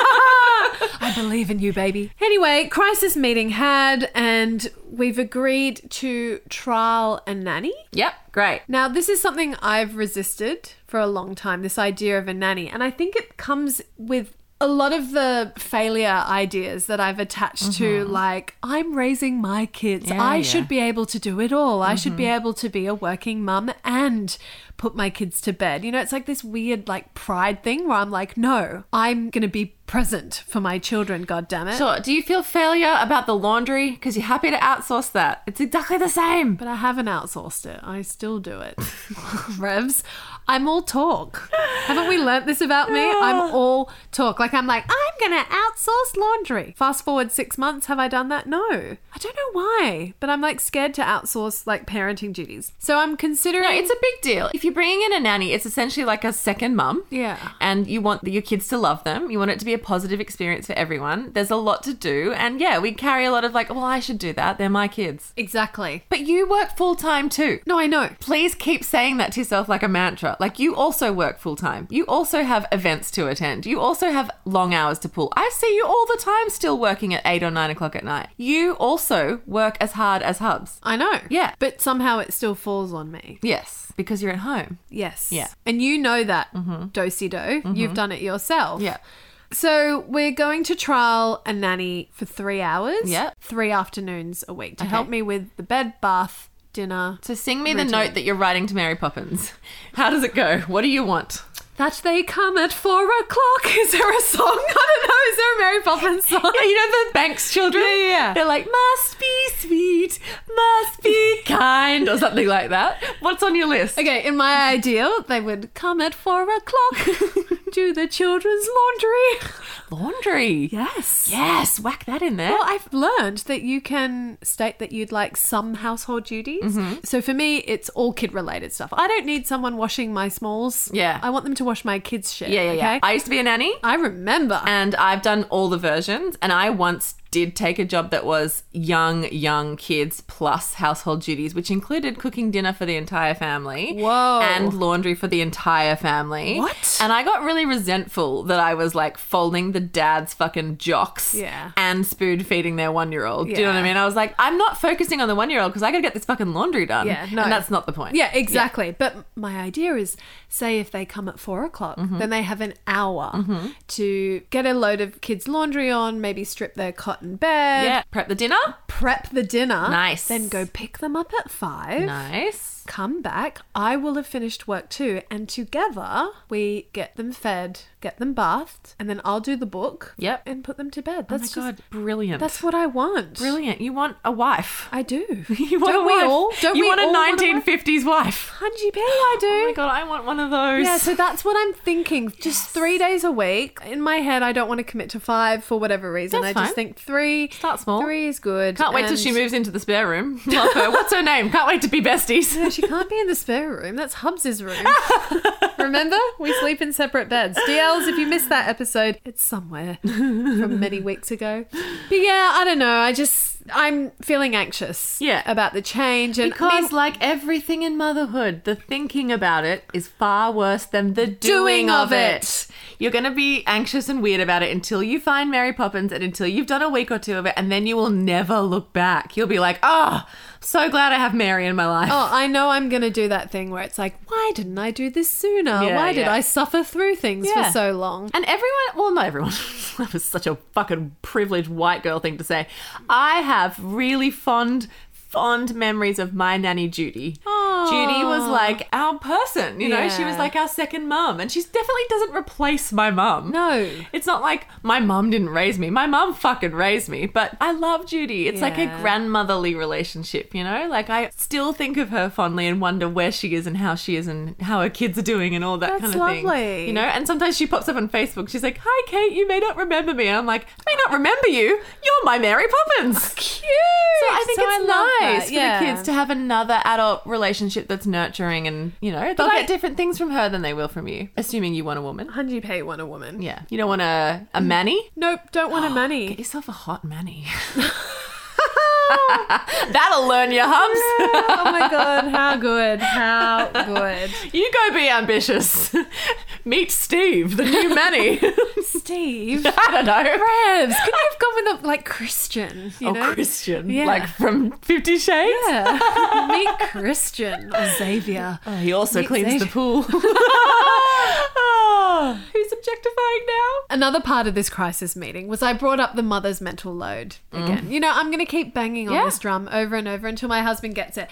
I believe in you, baby. Anyway, crisis meeting had, and we've agreed to trial a nanny.
yep, great.
Now, this is something I've resisted for a long time this idea of a nanny. And I think it comes with a lot of the failure ideas that I've attached to, like, I'm raising my kids.
Mm-hmm. Yeah,
I
yeah. Mm-hmm.
should be able to do it all. I should be able to be a working mum and put my kids to bed. You know, it's like this weird, like, pride thing where I'm like, no, I'm going to be present for my children, God damn it.
Sure. Do you feel failure about the laundry? Because you're happy to outsource that. It's exactly the same.
But I haven't outsourced it. I still do it. Revs, I'm all talk. Haven't we learnt this about me? I'm all talk. Like, I'm like, I'm going to outsource laundry. Fast forward six months, have I done that? No. I don't know why, but I'm like scared to outsource like parenting duties. So I'm considering.
No, it's a big deal. If you're bringing in a nanny, it's essentially like a second mum.
Yeah.
And you want the, your kids to love them. You want it to be a positive experience for everyone. There's a lot to do. And yeah, we carry a lot of like, well, I should do that. They're my kids.
exactly.
But you work full time too.
No, I know.
Please keep saying that to yourself like a mantra. Like, you also work full time. You also have events to attend. You also have long hours to pull. I see you all the time still working at eight or nine o'clock at night. You also work as hard as hubs.
I know.
Yeah.
But somehow it still falls on me.
Yes, because you're at home.
Yes.
Yeah. Mm-hmm.
And you know that, do-si-do. You've done it yourself.
Yeah.
So we're going to trial a nanny for three hours.
Yep.
Three afternoons a week to help me with the bed, bath, dinner.
So sing me the
Routine.
note that you're writing to Mary Poppins. How does it go? What do you want?
That they come at four o'clock. Is there a song? I don't know. Is there a Mary Poppins song?
Yeah, you know the Banks children?
Yeah, yeah, yeah.
They're like, must be sweet, must be kind, or something like that. What's on your list?
Okay, in my ideal, they would come at four o'clock, do the children's laundry.
Laundry.
Yes.
Yes, whack that in there.
Well, I've learned that you can state that you'd like some household duties.
Mm-hmm.
So for me, it's all kid related stuff. I don't need someone washing my smalls.
Yeah.
I want them to wash my kids' shit.
yeah, yeah, yeah.
okay?
I used to be a nanny
I remember.
and I've done all the versions and I once did take a job that was young, young kids plus household duties, which included cooking dinner for the entire family.
Whoa.
And laundry for the entire family.
What?
And I got really resentful that I was like folding the dad's fucking jocks
Yeah.
and spoon feeding their one year old. Do you know what I
Yeah.
mean? I was like, I'm not focusing on the one year old because I gotta get this fucking laundry done.
Yeah, no.
And that's not the point.
Yeah, exactly. But my idea is say if they come at four o'clock,
Mm-hmm.
then they have an hour to get a load of kids' laundry on, maybe strip their cotton bed,
Yeah. Prep the dinner.
prep the dinner.
Nice.
Then go pick them up at five.
Nice.
Come back. I will have finished work too. And together we get them fed, get them bathed, and then I'll do the book.
Yep.
And put them to bed.
Oh
That's
my
just
god, brilliant.
that's what I want.
brilliant. You want a wife.
I do.
You want
Don't
a wife.
we all? Don't
you
we
want
all
a
want a wife?
1950s wife?
Hundred p. I do.
Oh my god, I want one of those.
Yeah, so that's what I'm thinking. Just three days a week. In my head, I don't want to commit to five for whatever reason.
That's
I
fine.
just think three.
Start small.
Three is good.
Can't wait till she
and-
moves into the spare room. Love her. What's her name? Can't wait to be besties.
No, she can't be in the spare room. That's Hubs's room. Remember? We sleep in separate beds. DLs, if you missed that episode, it's somewhere from many weeks ago. But yeah, I don't know. I just, I'm feeling anxious
Yeah.
about the change. And I
Because,
mean,
like everything in motherhood, the thinking about it is far worse than the doing,
Doing
of
of
it.
it.
You're going to be anxious and weird about it until you find Mary Poppins and until you've done a week or two of it, and then you will never look back. You'll be like, oh, so glad I have Mary in my life.
Oh, I know I'm going to do that thing where it's like, why didn't I do this sooner?
Yeah,
why did
yeah.
I suffer through things
Yeah.
for so long?
And everyone, well, not everyone, that was such a fucking privileged white girl thing to say. I have really fond, fond memories of my nanny Judy.
Aw.
Judy was like our person, you know, she was
Yeah.
like our second mum, and she definitely doesn't replace my mum.
No.
It's not like my mum didn't raise me. My mum fucking raised me, but I love Judy. It's like a
Yeah.
grandmotherly relationship, you know? Like I still think of her fondly and wonder where she is and how she is and how her kids are doing and all that
That's
kind of thing.
lovely.
You know, and sometimes she pops up on Facebook. She's like, "Hi, Kate. You may not remember me." And I'm like, "I may not remember you. You're my Mary Poppins." Cute. So I think
Oh, So I
it's
love that,
nice
yeah.
for the kids to have another adult relationship that's nurturing, and you know, they'll
I-
get different things from her than they will from you, assuming you want a woman.
Hanji Pei want a woman.
Yeah. Oh, You don't want a, a manny?
Nope, don't want Mm. a
Get
money.
yourself a hot manny. That'll learn your hubs.
oh my god, how good. How good.
You go be ambitious. Meet Steve, the new manny.
Steve.
I don't know.
Revs, could you have gone with a like Christian? You
Oh,
know?
Christian.
Yeah.
Like from Fifty Shades.
Yeah. Meet Christian or Xavier.
Oh, he also
Meet
cleans the
Xavier.
pool.
Ah,
Oh, who's objectifying now?
Another part of this crisis meeting was I brought up the mother's mental load again. You know, I'm going to keep banging on
Mm. Yeah.
this drum over and over until my husband gets it.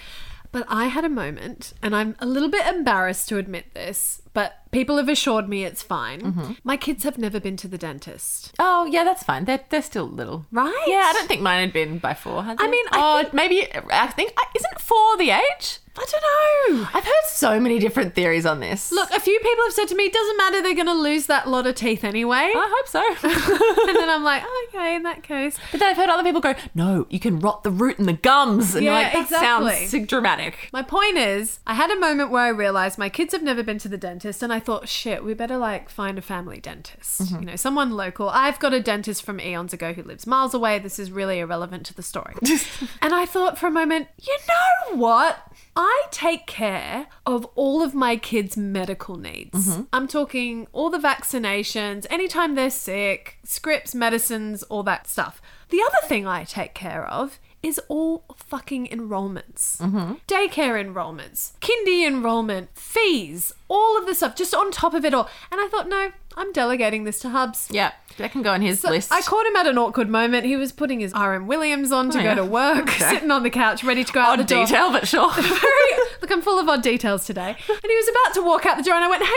But I had a moment, and I'm a little bit embarrassed to admit this, but people have assured me it's fine.
Mm-hmm.
My kids have never been to the dentist,
Oh, yeah, that's fine. They're, they're still little.
right?
Yeah, I don't think mine had been by four. Had
I
they?
mean, I
oh,
think-
maybe I think uh, isn't four the age?
I don't know.
I've heard so many different theories on this.
Look, a few people have said to me, it doesn't matter, they're going to lose that lot of teeth anyway.
I hope so.
and then I'm like, "Oh, okay, in that case.
but then I've heard other people go, "No, you can rot the root and the gums," and you're
Yeah,
like, "That
exactly.
sounds so dramatic."
My point is, I had a moment where I realized my kids have never been to the dentist, and I thought, shit, we better like find a family dentist, you know, someone local. I've got a dentist from eons ago who lives miles away. This is really irrelevant to the story. and I thought for a moment, you know what? I take care of all of my kids' medical needs. I'm talking all the vaccinations, anytime they're sick, scripts, medicines, all that stuff. The other thing I take care of is all fucking enrollments. Daycare enrollments, kindy enrollment, fees, all of the stuff, just on top of it all. And I thought, no, I'm delegating this to Hubs.
Yeah, that can go on his
So
list.
I caught him at an awkward moment. He was putting his RM Williams on to
Oh,
go
yeah.
to work,
Okay.
sitting on the couch, ready to go out
odd
the door.
detail, but sure.
Very- Look, I'm full of odd details today. And he was about to walk out the door, and I went, "Hey,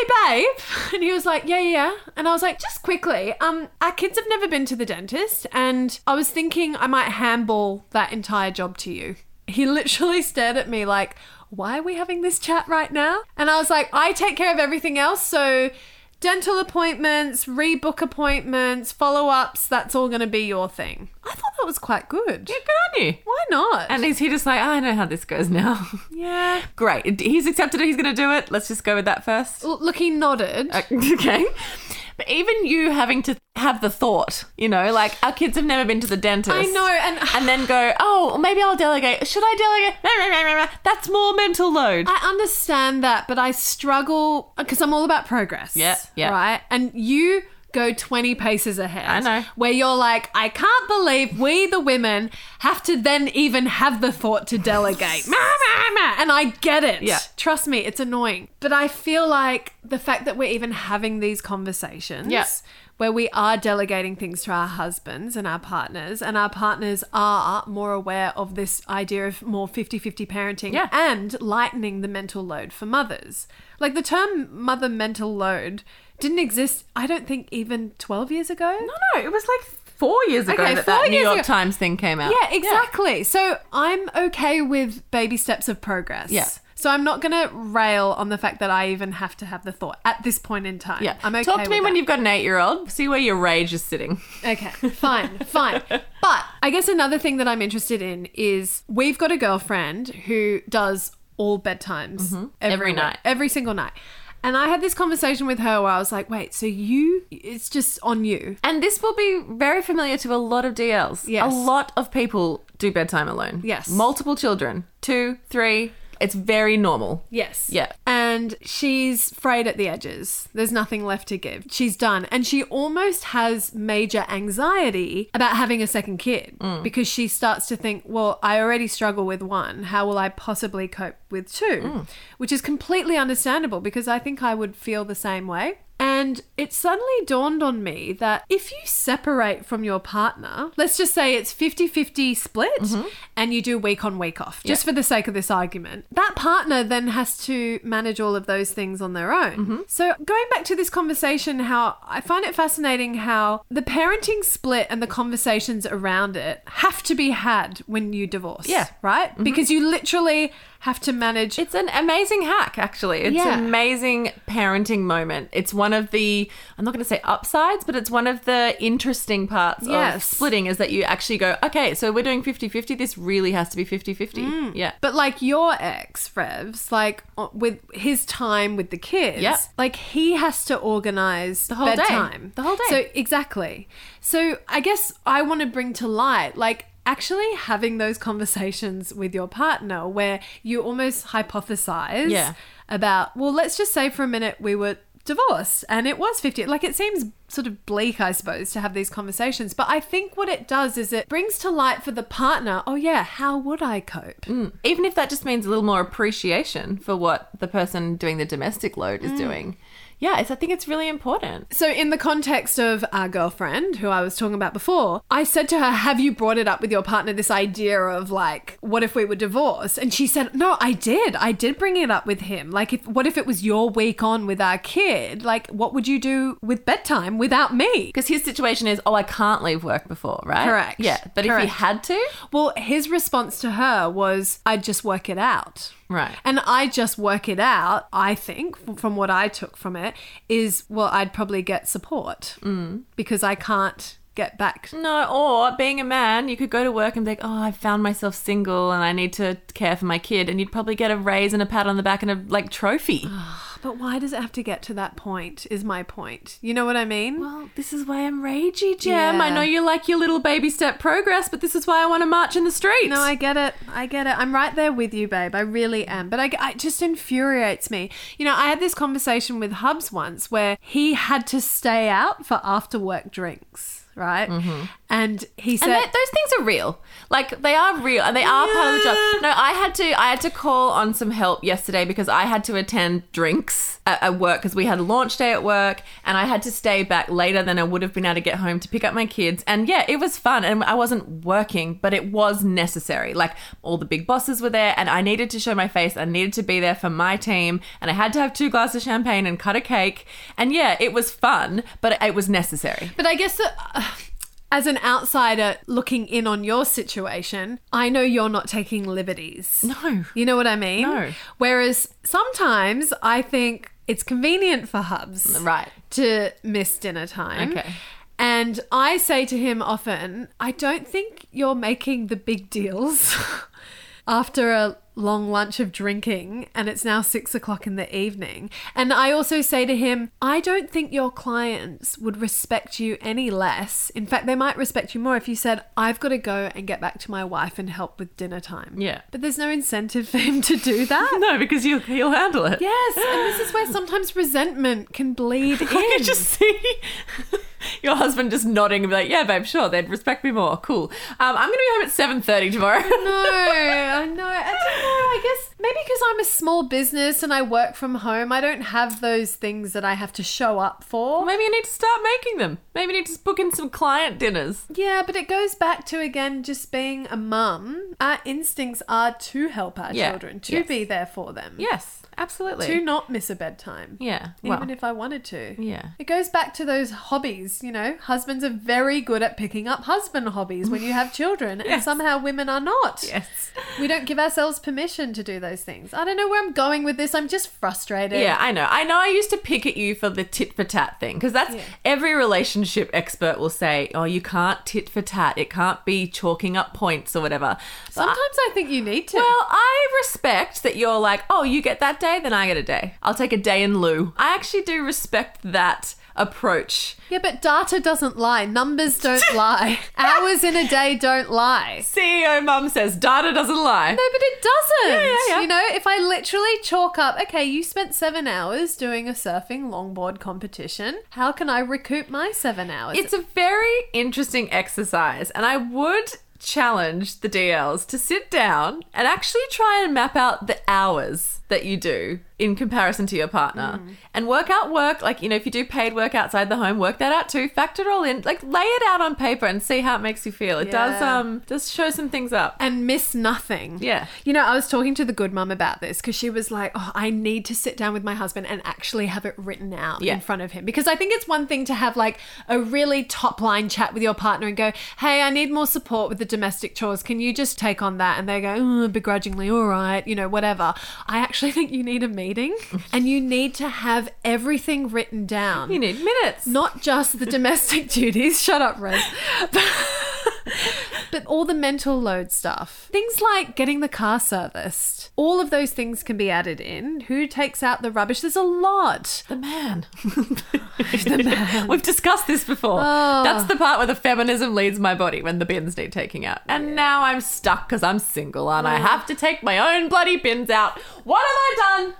babe," and he was like, "Yeah, yeah." yeah." And I was like, "Just quickly, um, our kids have never been to the dentist, and I was thinking I might handball that entire job to you." He literally stared at me like, "Why are we having this chat right now?" And I was like, "I take care of everything else, so." Dental appointments, rebook appointments, follow ups, that's all going to be your thing. I thought that was quite good.
Yeah, good on you.
Why not?
And is he just like, "Oh, I know how this goes now?
yeah.
Great. He's accepted it. He's going to do it. Let's just go with that first. Uh,
L- Look, he nodded.
Okay. But even you having to have the thought, you know, like our kids have never been to the dentist.
I know, and-
and then go, oh, maybe I'll delegate. Should I delegate? That's more mental load.
I understand that, but I struggle because I'm all about progress.
Yeah, yeah.
Right? And you go 20 paces ahead.
I know.
Where you're like, I can't believe we, the women, have to then even have the thought to delegate. Ma, ma, ma. and I get it.
Yeah.
Trust me, it's annoying. But I feel like the fact that we're even having these conversations.
Yeah.
Where we are delegating things to our husbands and our partners, and our partners are more aware of this idea of more 50 50 parenting
Yeah.
and lightening the mental load for mothers. Like the term mother mental load didn't exist, I don't think, even 12 years ago.
no, it was like four years ago
Okay,
that
four
that New
years
York
ago.
Times thing came out.
Yeah, exactly. So I'm okay with baby steps of progress.
Yeah.
So I'm not going to rail on the fact that I even have to have the thought at this point in time.
Yeah.
I'm okay
Talk to me
with
when
that.
you've got an eight year old. See where your rage is sitting.
Okay, fine, fine. But I guess another thing that I'm interested in is we've got a girlfriend who does all bedtimes
Mm-hmm. Every
week-
night.
every single night. And I had this conversation with her where I was like, wait, so you, it's just on you.
And this will be very familiar to a lot of DLs.
Yes.
A lot of people do bedtime alone.
Yes.
Multiple children. Two, three. It's very normal.
Yes.
Yeah.
And she's frayed at the edges. There's nothing left to give. She's done. And she almost has major anxiety about having a second kid because she starts to think, well, I already struggle with one. How will I possibly cope with two? Which is completely understandable because I think I would feel the same way. And it suddenly dawned on me that if you separate from your partner, let's just say it's 50 50 split and you do week on, week off, just for the sake of this argument, that partner then has to manage all of those things on their own. So, going back to this conversation, how I find it fascinating how the parenting split and the conversations around it have to be had when you divorce.
Yeah.
Right? Because you literally have to manage.
It's an amazing hack, actually. It's
Yeah.
an amazing parenting moment. It's one of the, I'm not going to say upsides, but it's one of the interesting parts of
Yes.
splitting is that you actually go, okay, so we're doing 50 50. This really has to be 50 50. Yeah.
But like your ex, Revs, like o- with his time with the kids,
Yep.
like he has to organize the
whole day.
bedtime.
The whole day.
So exactly. So I guess I want to bring to light like actually having those conversations with your partner where you almost hypothesize
Yeah.
about well let's just say for a minute we were divorced and it was 50 like it seems sort of bleak i suppose to have these conversations but i think what it does is it brings to light for the partner oh yeah how would i cope
Mm. Even if that just means a little more appreciation for what the person doing the domestic load
Mm.
is doing. Yeah, it's, I think it's really important.
So, in the context of our girlfriend, who I was talking about before, I said to her, Have you brought it up with your partner, this idea of like, what if we were divorced? And she said, No, I did. I did bring it up with him. Like, if, what if it was your week on with our kid? Like, what would you do with bedtime without me?
Because his situation is, oh, I can't leave work before, right?
Correct.
Yeah. But if he
Correct.
had to,
Well, his response to her was, I'd just work it out.
Right.
And I just work it out, I think, f- from what I took from it, is, Well, I'd probably get support because I can't get back
No, or being a man, you could go to work and be like, "Oh, I found myself single, and I need to care for my kid," and you'd probably get a raise and a pat on the back and a like trophy.
But why does it have to get to that point? Is my point. You know what I mean?
well, this is why I'm ragey, Jem. I
Yeah.
know you like your little baby step progress, but this is why I want to march in the streets.
no, I get it. I get it. I'm right there with you, babe. I really am. But I, it just infuriates me. You know, I had this conversation with Hubs once where he had to stay out for after work drinks, right? Mm-hmm. And he said,
and that, those things are real. Like they are real, and they are part of the job. No, I had to. I had to call on some help yesterday because I had to attend drinks at, at work because we had launch day at work, and I had to stay back later than I would have been able to get home to pick up my kids. And yeah, it was fun, and I wasn't working, but it was necessary. Like all the big bosses were there, and I needed to show my face. I needed to be there for my team, and I had to have two glasses of champagne and cut a cake. And yeah, it was fun, but it was necessary.
But I guess that. Uh, as an outsider looking in on your situation, I know you're not taking liberties.
No.
You know what I mean?
No.
Whereas sometimes I think it's convenient for hubs
Right.
to miss dinner time.
Okay.
And I say to him often, I don't think you're making the big deals after a long lunch of drinking and it's now six o'clock in the evening. And I also say to him, I don't think your clients would respect you any less. In fact, they might respect you more if you said, I've got to go and get back to my wife and help with dinner time.
Yeah.
But there's no incentive for him to do that.
No, because he'll, he'll handle it.
Yes, and this is where sometimes resentment can bleed in.
I could just see your husband just nodding and be like, "Yeah, babe, sure. They'd respect me more. Cool. Um, I'm gonna be home at seven thirty tomorrow."
No,
Oh,
I know. I don't know. I guess maybe because I'm a small business and I work from home, I don't have those things that I have to show up for.
Maybe you need to start making them. Maybe you need to book in some client dinners.
Yeah, but it goes back to again just being a mum. Our instincts are to help our
Yeah,
children, to
yes.
be there for them,
Yes, absolutely.
to not miss a bedtime.
yeah.
Even
Well,
if I wanted to.
yeah.
It goes back to those hobbies, you know. Husbands are very good at picking up husband hobbies when you have children, and
Yes.
somehow women are not.
Yes.
We don't give ourselves permission to do those things. I don't know where I'm going with this. I'm just frustrated.
Yeah, I know. I know I used to pick at you for the tit for tat thing because that's
Yeah.
every relationship expert will say, oh, you can't tit for tat. It can't be chalking up points or whatever. But I-
Sometimes I think you need to.
Well, I respect that you're like, oh, you get that day, then I get a day. I'll take a day in lieu. I actually do respect that approach.
yeah, but data doesn't lie. Numbers don't lie. Hours in a day don't lie.
CEO E mum says data doesn't lie.
No, but it doesn't.
Yeah, yeah, yeah.
You know, if I literally chalk up, okay, you spent seven hours doing a surfing longboard competition. How can I recoup my seven hours?
It's a very interesting exercise, and I would challenge the DLs to sit down and actually try and map out the hours that you do in comparison to your partner and work out work like you know if you do paid work outside the home work that out too factor it all in like lay it out on paper and see how it makes you feel it does
Yeah.
um just show some things up
and miss nothing.
Yeah.
You know, I was talking to the good mum about this because she was like, Oh, I need to sit down with my husband and actually have it written out
Yeah.
in front of him. Because I think it's one thing to have like a really top line chat with your partner and go, Hey, I need more support with the domestic chores. Can you just take on that? And they go, "Mm, begrudgingly, all right, you know, whatever. I actually think you need a meeting and you need to have everything written down
you need minutes
not just the domestic duties. Shut up, Rose. But, but all the mental load stuff. Things like getting the car serviced. All of those things can be added in. Who takes out the rubbish? There's a lot.
The man. We've discussed this before. That's the part where the feminism leads my body when the bins need taking out. And now I'm stuck because I'm single and I have to take my own bloody bins out. What have I done?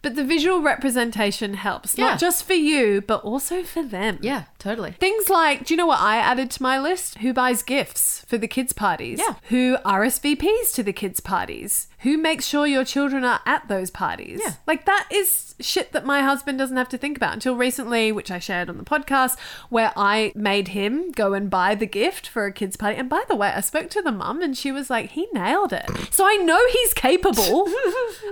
But the visual representation helps,
Yeah.
not just for you, but also for them.
Yeah, totally.
Things like, do you know what I added to my list? Who buys gifts for the kids' parties?
Yeah.
Who RSVPs to the kids' parties? Who makes sure your children are at those parties?
Yeah.
Like that is shit that my husband doesn't have to think about until recently, which I shared on the podcast, where I made him go and buy the gift for a kids' party. And by the way, I spoke to the mum and she was like, he nailed it. So I know he's capable.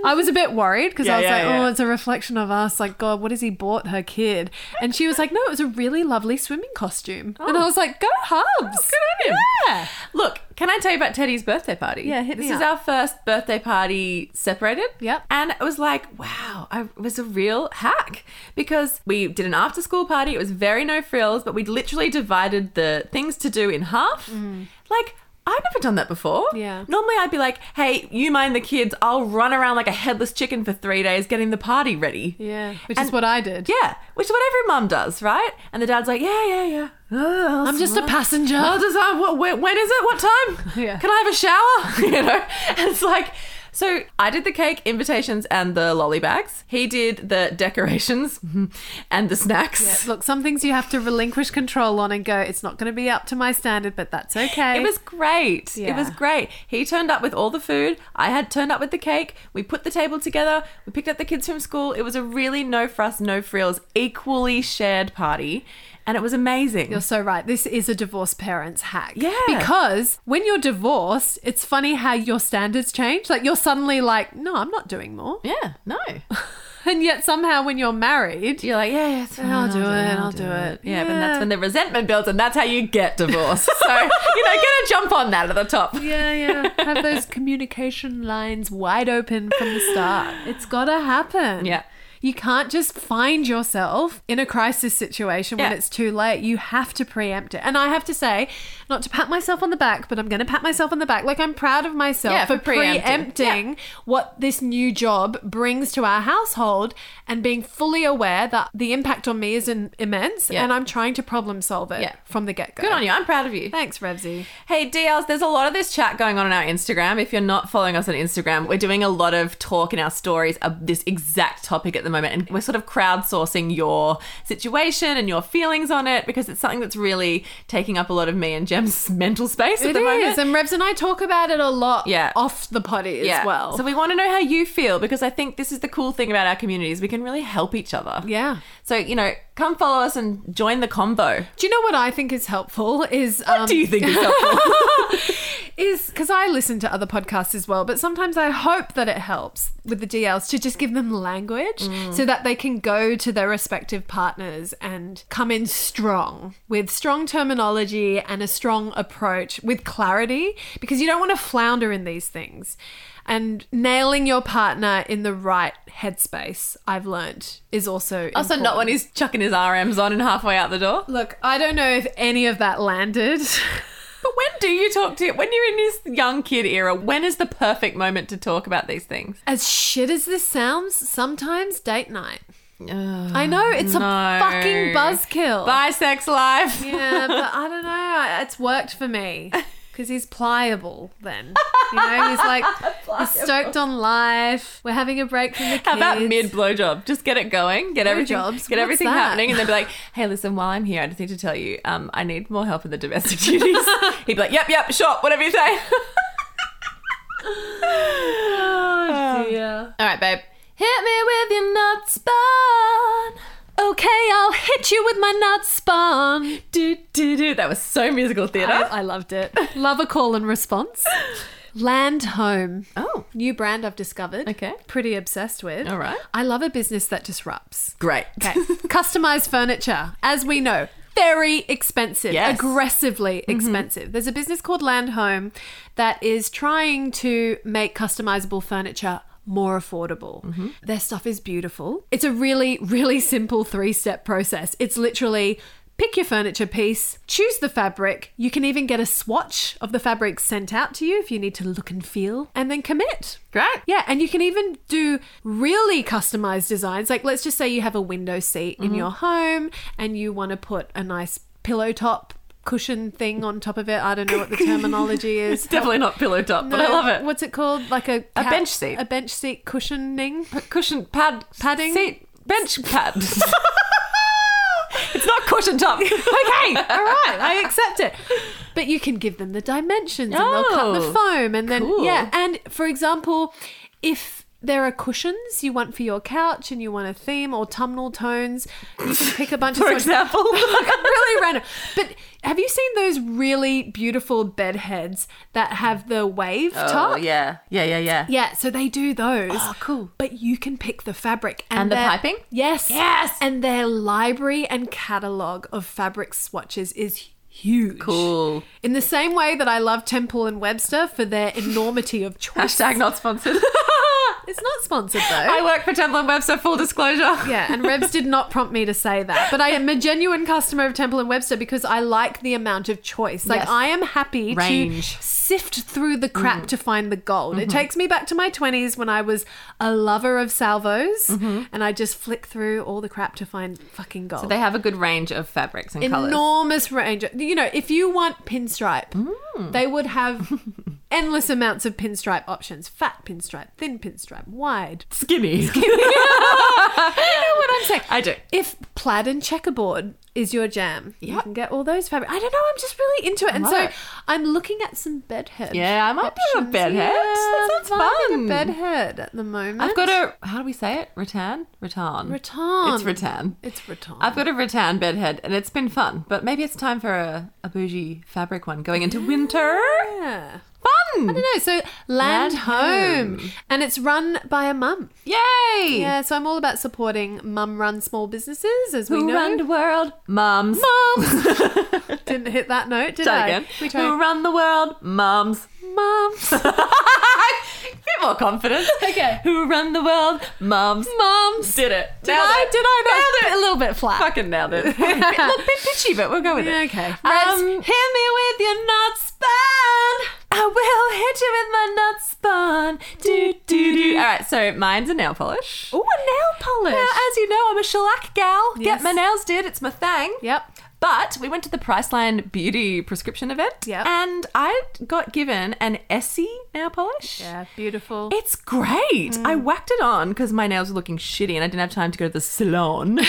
I was a bit worried because
Yeah,
I was
yeah,
like,
yeah.
oh, it's a reflection of us. Like, God, what has he bought her kid? And she was like, no, it was a really lovely swimming costume. And I was like, go Hubs.
Oh. Good on him.
Yeah.
Look, can I tell you about Teddy's birthday party?
Yeah, hit
This
me
is
up.
our first birthday party separated.
Yep.
And it was like, wow, I it was a real hack because we did an after school party. It was very no frills, but we'd literally divided the things to do in half. Like, I've never done that before.
Mm. Yeah.
Normally I'd be like, hey, you mind the kids. I'll run around like a headless chicken for three days getting the party ready.
Yeah. Which
And-
is what I did.
Yeah, which is what every mum does, right? And the dad's like, yeah, yeah, yeah. Oh,
I'm just a passenger.
Oh, does that, what, when, when is it? What time?
Yeah.
Can I have a shower? you know? And it's like, so I did the cake, invitations, and the lolly bags. He did the decorations and the snacks.
Look, some things you have to relinquish control on and go, it's not going to be up to my standard, but that's okay.
It was great. It
Yeah.
was great. He turned up with all the food. I had turned up with the cake. We put the table together. We picked up the kids from school. It was a really no fuss, no frills, equally shared party. And it was amazing.
You're so right. This is a divorced parents hack.
Yeah.
Because when you're divorced, it's funny how your standards change. Like you're suddenly like, no, I'm not doing more.
yeah, no.
And yet somehow when you're married,
You're like, yeah, yeah, it's fine,
I'll do it, I'll do it.
Yeah, but
Yeah.
that's when the resentment builds, and that's how you get divorced. So, you know, get a jump on that at the top.
Yeah, yeah. Have those communication lines wide open from the start. It's got to happen.
Yeah.
You can't just find yourself in a crisis situation when
Yeah.
it's too late. You have to preempt it. And I have to say, not to pat myself on the back, but I'm going to pat myself on the back. Like I'm proud of myself
Yeah,
for
for preempting.
preempting what this new job brings to our household and being fully aware that the impact on me is in- immense
Yeah.
and I'm trying to problem solve it
Yeah.
from the get go.
Good on you. I'm proud of you.
Thanks, Revsy.
Hey, DLs, there's a lot of this chat going on on our Instagram. If you're not following us on Instagram, we're doing a lot of talk in our stories of this exact topic at the moment. And we're sort of crowdsourcing your situation and your feelings on it because it's something that's really taking up a lot of me and Jem's mental space at
It
the moment.
is. And Revs and I talk about it a lot
Yeah.
off the potty as well.
So we want to know how you feel because I think this is the cool thing about our communities. We can really help each other.
yeah.
So, you know, come follow us and join the combo.
Do you know what I think is helpful is um,
Do you think it's helpful?
is because I listen to other podcasts as well, but sometimes I hope that it helps with the DLs to just give them language
Mm.
so that they can go to their respective partners and come in strong with strong terminology and a strong approach with clarity because you don't want to flounder in these things. And nailing your partner in the right headspace, I've learned, is also
also,
important.
not when he's chucking his RMs on and halfway out the door.
Look, I don't know if any of that landed.
But when do you talk to when you're in this young kid era? When is the perfect moment to talk about these things?
As shit as this sounds, sometimes date night. I know it's a
Oh, no.
fucking buzzkill.
Bye, sex life.
yeah, but I don't know. I- It's worked for me because he's pliable. Then you know he's like he's stoked on life. We're having a break from the kids.
How about mid blowjob? Just get it going, get everything,
Blowjobs?
get
What's
everything
that?
happening, and then be like, "Hey, listen, while I'm here, I just need to tell you, um, I need more help in the domestic duties." He'd be like, "Yep, yep, sure, whatever you say."
Oh, dear.
All right, babe, hit me with your nut spawn.
Okay, I'll hit you with my nut spawn.
Do do do. That was so musical theatre.
I, I loved it. Love a call and response. Land home.
oh,
New brand I've discovered.
Okay.
Pretty obsessed with.
All right.
I love a business that disrupts.
great.
Okay. Customized furniture, as we know, very expensive,
Yes. Mm-hmm.
aggressively expensive. There's a business called Land Home that is trying to make customizable furniture more affordable.
Mm-hmm.
Their stuff is beautiful. It's a really, really simple three step process. It's literally pick your furniture piece, choose the fabric. You can even get a swatch of the fabric sent out to you if you need to look and feel, and then commit.
Great.
Yeah, and you can even do really customized designs. Like, let's just say you have a window seat
Mm-hmm.
in your home and you want to put a nice pillow top cushion thing on top of it. I don't know what the terminology is.
It's definitely not pillow top, but I
No,
love it.
What's it called? Like a
A
ca-
bench seat.
a bench seat cushioning.
cushion pad
Padding?
seat bench pad. it's not cushion top. Okay.
All right, I accept it. But you can give them the dimensions and they'll cut the
Oh,
foam and then
cool.
yeah, and for example, if there are cushions you want for your couch and you want a theme autumnal tones, you can pick a bunch
For
of sort-
example.
really random. But have you seen those really beautiful bed heads that have the wave top?
Oh, yeah. Yeah, yeah, yeah.
Yeah, so they do those.
Oh, cool.
But you can pick the fabric
And the
their-
piping?
Yes.
Yes!
And their library and catalog of fabric swatches is huge.
Cool.
In the same way that I love Temple and Webster for their enormity of choice.
Hashtag not sponsored.
it's not sponsored though.
I work for Temple and Webster, full disclosure.
Yeah, and Revs did not prompt me to say that. But I am a genuine customer of Temple and Webster because I like the amount of choice. Like
Yes.
I am happy
Range. Mm. Mm-hmm.
to sift through the crap to find the gold. It takes me back to my 20s when I was a lover of salvos and I just flick through all the crap to find fucking gold.
Mm-hmm. They have a good range of fabrics and colours.
Enormous range. You know, if you want pinstripe,
Mm.
they would have endless amounts of pinstripe options fat pinstripe, thin pinstripe, wide.
Skinny.
You know what I'm saying?
I do.
if plaid and checkerboard is your jam, you can get all those fabric. I don't know. I'm just really into it, and
love
so
it.
I'm looking at some bedhead.
Yeah, I might do a
options.
bedhead. That
I'm
sounds
vibing
fun.
A bedhead at the moment.
I've got a how do we say it? Rattan? Rattan.
Rattan.
It's rattan.
It's rattan.
I've got a rattan bedhead and it's been fun, but maybe it's time for a, a bougie fabric one going into winter.
yeah.
Fun!
I don't know. So
Land
land, home. and it's run by a mum.
Yay!
Yeah, so I'm all about supporting mum-run small businesses, as we
Who
know.
run the world? Mums.
Mums. Didn't hit that note, did
Try
I?
again.
We tried.
Who run the world? Mums.
Mums.
People bit more confidence.
Okay.
Who run the world? Mums.
Moms.
Did it.
Did
Nailed
I?
it.
Did I? That's a little bit flat.
Fucking nailed it. Look, bit bitchy, but we'll go with it.
Okay.
Um,
Revs, hit me with your nut span.
I will hit you with my nut spawn. Do, do, do. All right, so mine's a nail polish.
Ooh, a nail polish.
Now, as you know, I'm a shellac gal.
Yes.
Get my nails did. It's my thing.
Yep.
But we went to the Priceline beauty prescription event.
Yep.
And I got given an Essie nail polish.
Yeah, beautiful.
It's great. I
Mm.
whacked it on because my nails were looking shitty and I didn't have time to go to the salon.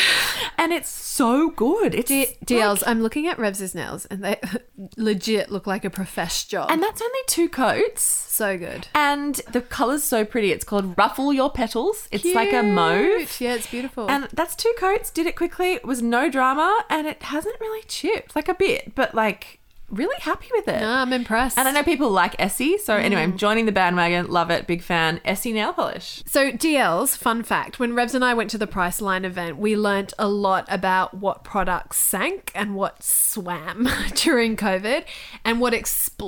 and it's so good. It's
DLs, I'm looking at Revs' nails and they legit look like a profesh job.
and that's only two coats.
so good.
And the color's so pretty. It's called Ruffle Your Petals. It's like a
Cute.
mauve.
Yeah, it's beautiful.
And that's two coats. Did it quickly. It was no drama and it hasn't really chipped. Like a bit, but like really happy with it.
No, Ah, I'm impressed.
And I know people like Essie. So anyway,
Mm.
I'm joining the bandwagon. Love it. Big fan. Essie nail polish.
So, DLs, fun fact when Revs and I went to the Priceline event, we learnt a lot about what products sank and what swam during COVID. And what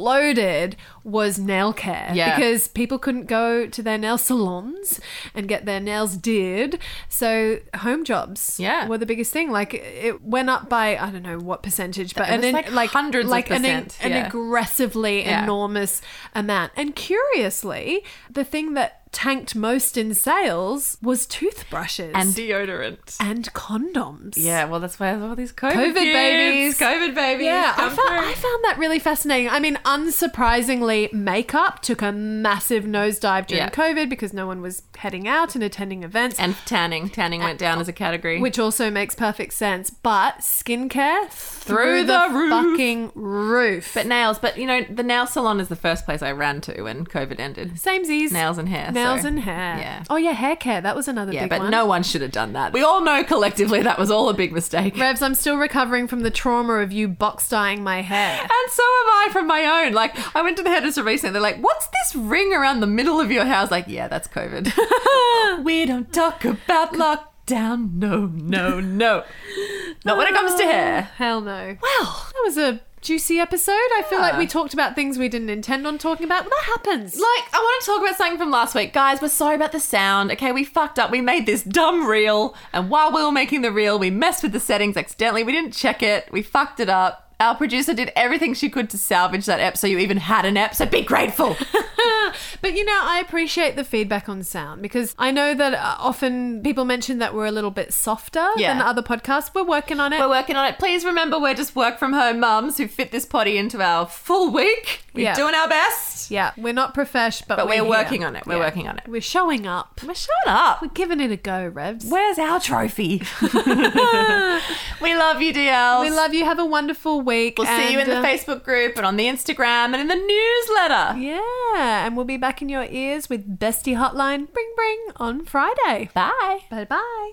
exploded was nail care
Yeah.
because people couldn't go to their nail salons and get their nails did. So, home jobs
Yeah.
were the biggest thing. Like, it went up by, I don't know what percentage, but
It was like hundreds of
an-
percent,
An,
yeah.
aggressively
Yeah.
enormous amount. And curiously, the thing that tanked most in sales was toothbrushes
And deodorant.
and condoms.
Yeah, well, that's why there's all these COVID,
COVID
kids,
babies.
COVID babies.
Yeah, I
come
found,
through.
I found that really fascinating. I mean, unsurprisingly, makeup took a massive nosedive during
Yeah.
COVID because no one was heading out and attending events.
and tanning, tanning went down as a category.
which also makes perfect sense, but skincare through,
Through the roof.
fucking roof.
but nails, but you know, the nail salon is the first place I ran to when COVID ended.
Same Z's.
Nails and hair.
Nails
so-
and hair.
Yeah.
Oh yeah, hair care. That was another
Yeah,
big
but
one.
no one should have done that. We all know collectively that was all a big mistake.
Revs, I'm still recovering from the trauma of you box dyeing my hair.
And so am I from my own. Like, I went to the hairdresser recently. They're like, what's this ring around the middle of your hair? I was like, yeah, that's COVID. we don't talk about lockdown. No, no, no. Not when it comes to hair.
Hell no.
Well,
That was a juicy episode. I feel like
Yeah.
we talked about things we didn't intend on talking about. But that happens.
Like, I want to talk about something from last week. Guys, we're sorry about the sound. Okay, we fucked up. We made this dumb reel, and while we were making the reel, we messed with the settings accidentally. We didn't check it. We fucked it up. Our producer did everything she could to salvage that ep, so you even had an ep, so be grateful.
but you know, I appreciate the feedback on sound because I know that uh, often people mention that we're a little bit softer
Yeah.
than other podcasts. We're working on it.
we're working on it. Please remember, we're just work from home mums who fit this potty into our full week. We're
Yeah.
doing our best,
yeah, we're not profesh, but,
but we're,
we're,
working on it. We're
Yeah.
working on it.
We're showing up.
We're showing up.
We're giving it a go, Revs.
Where's our trophy? we love you, DL.
we love you. Have a wonderful week.
We'll see you in
and,
the
uh,
Facebook group and on the Instagram and in the newsletter.
Yeah, and we'll be back in your ears with Bestie Hotline Bring Bring on Friday.
Bye.
Bye bye.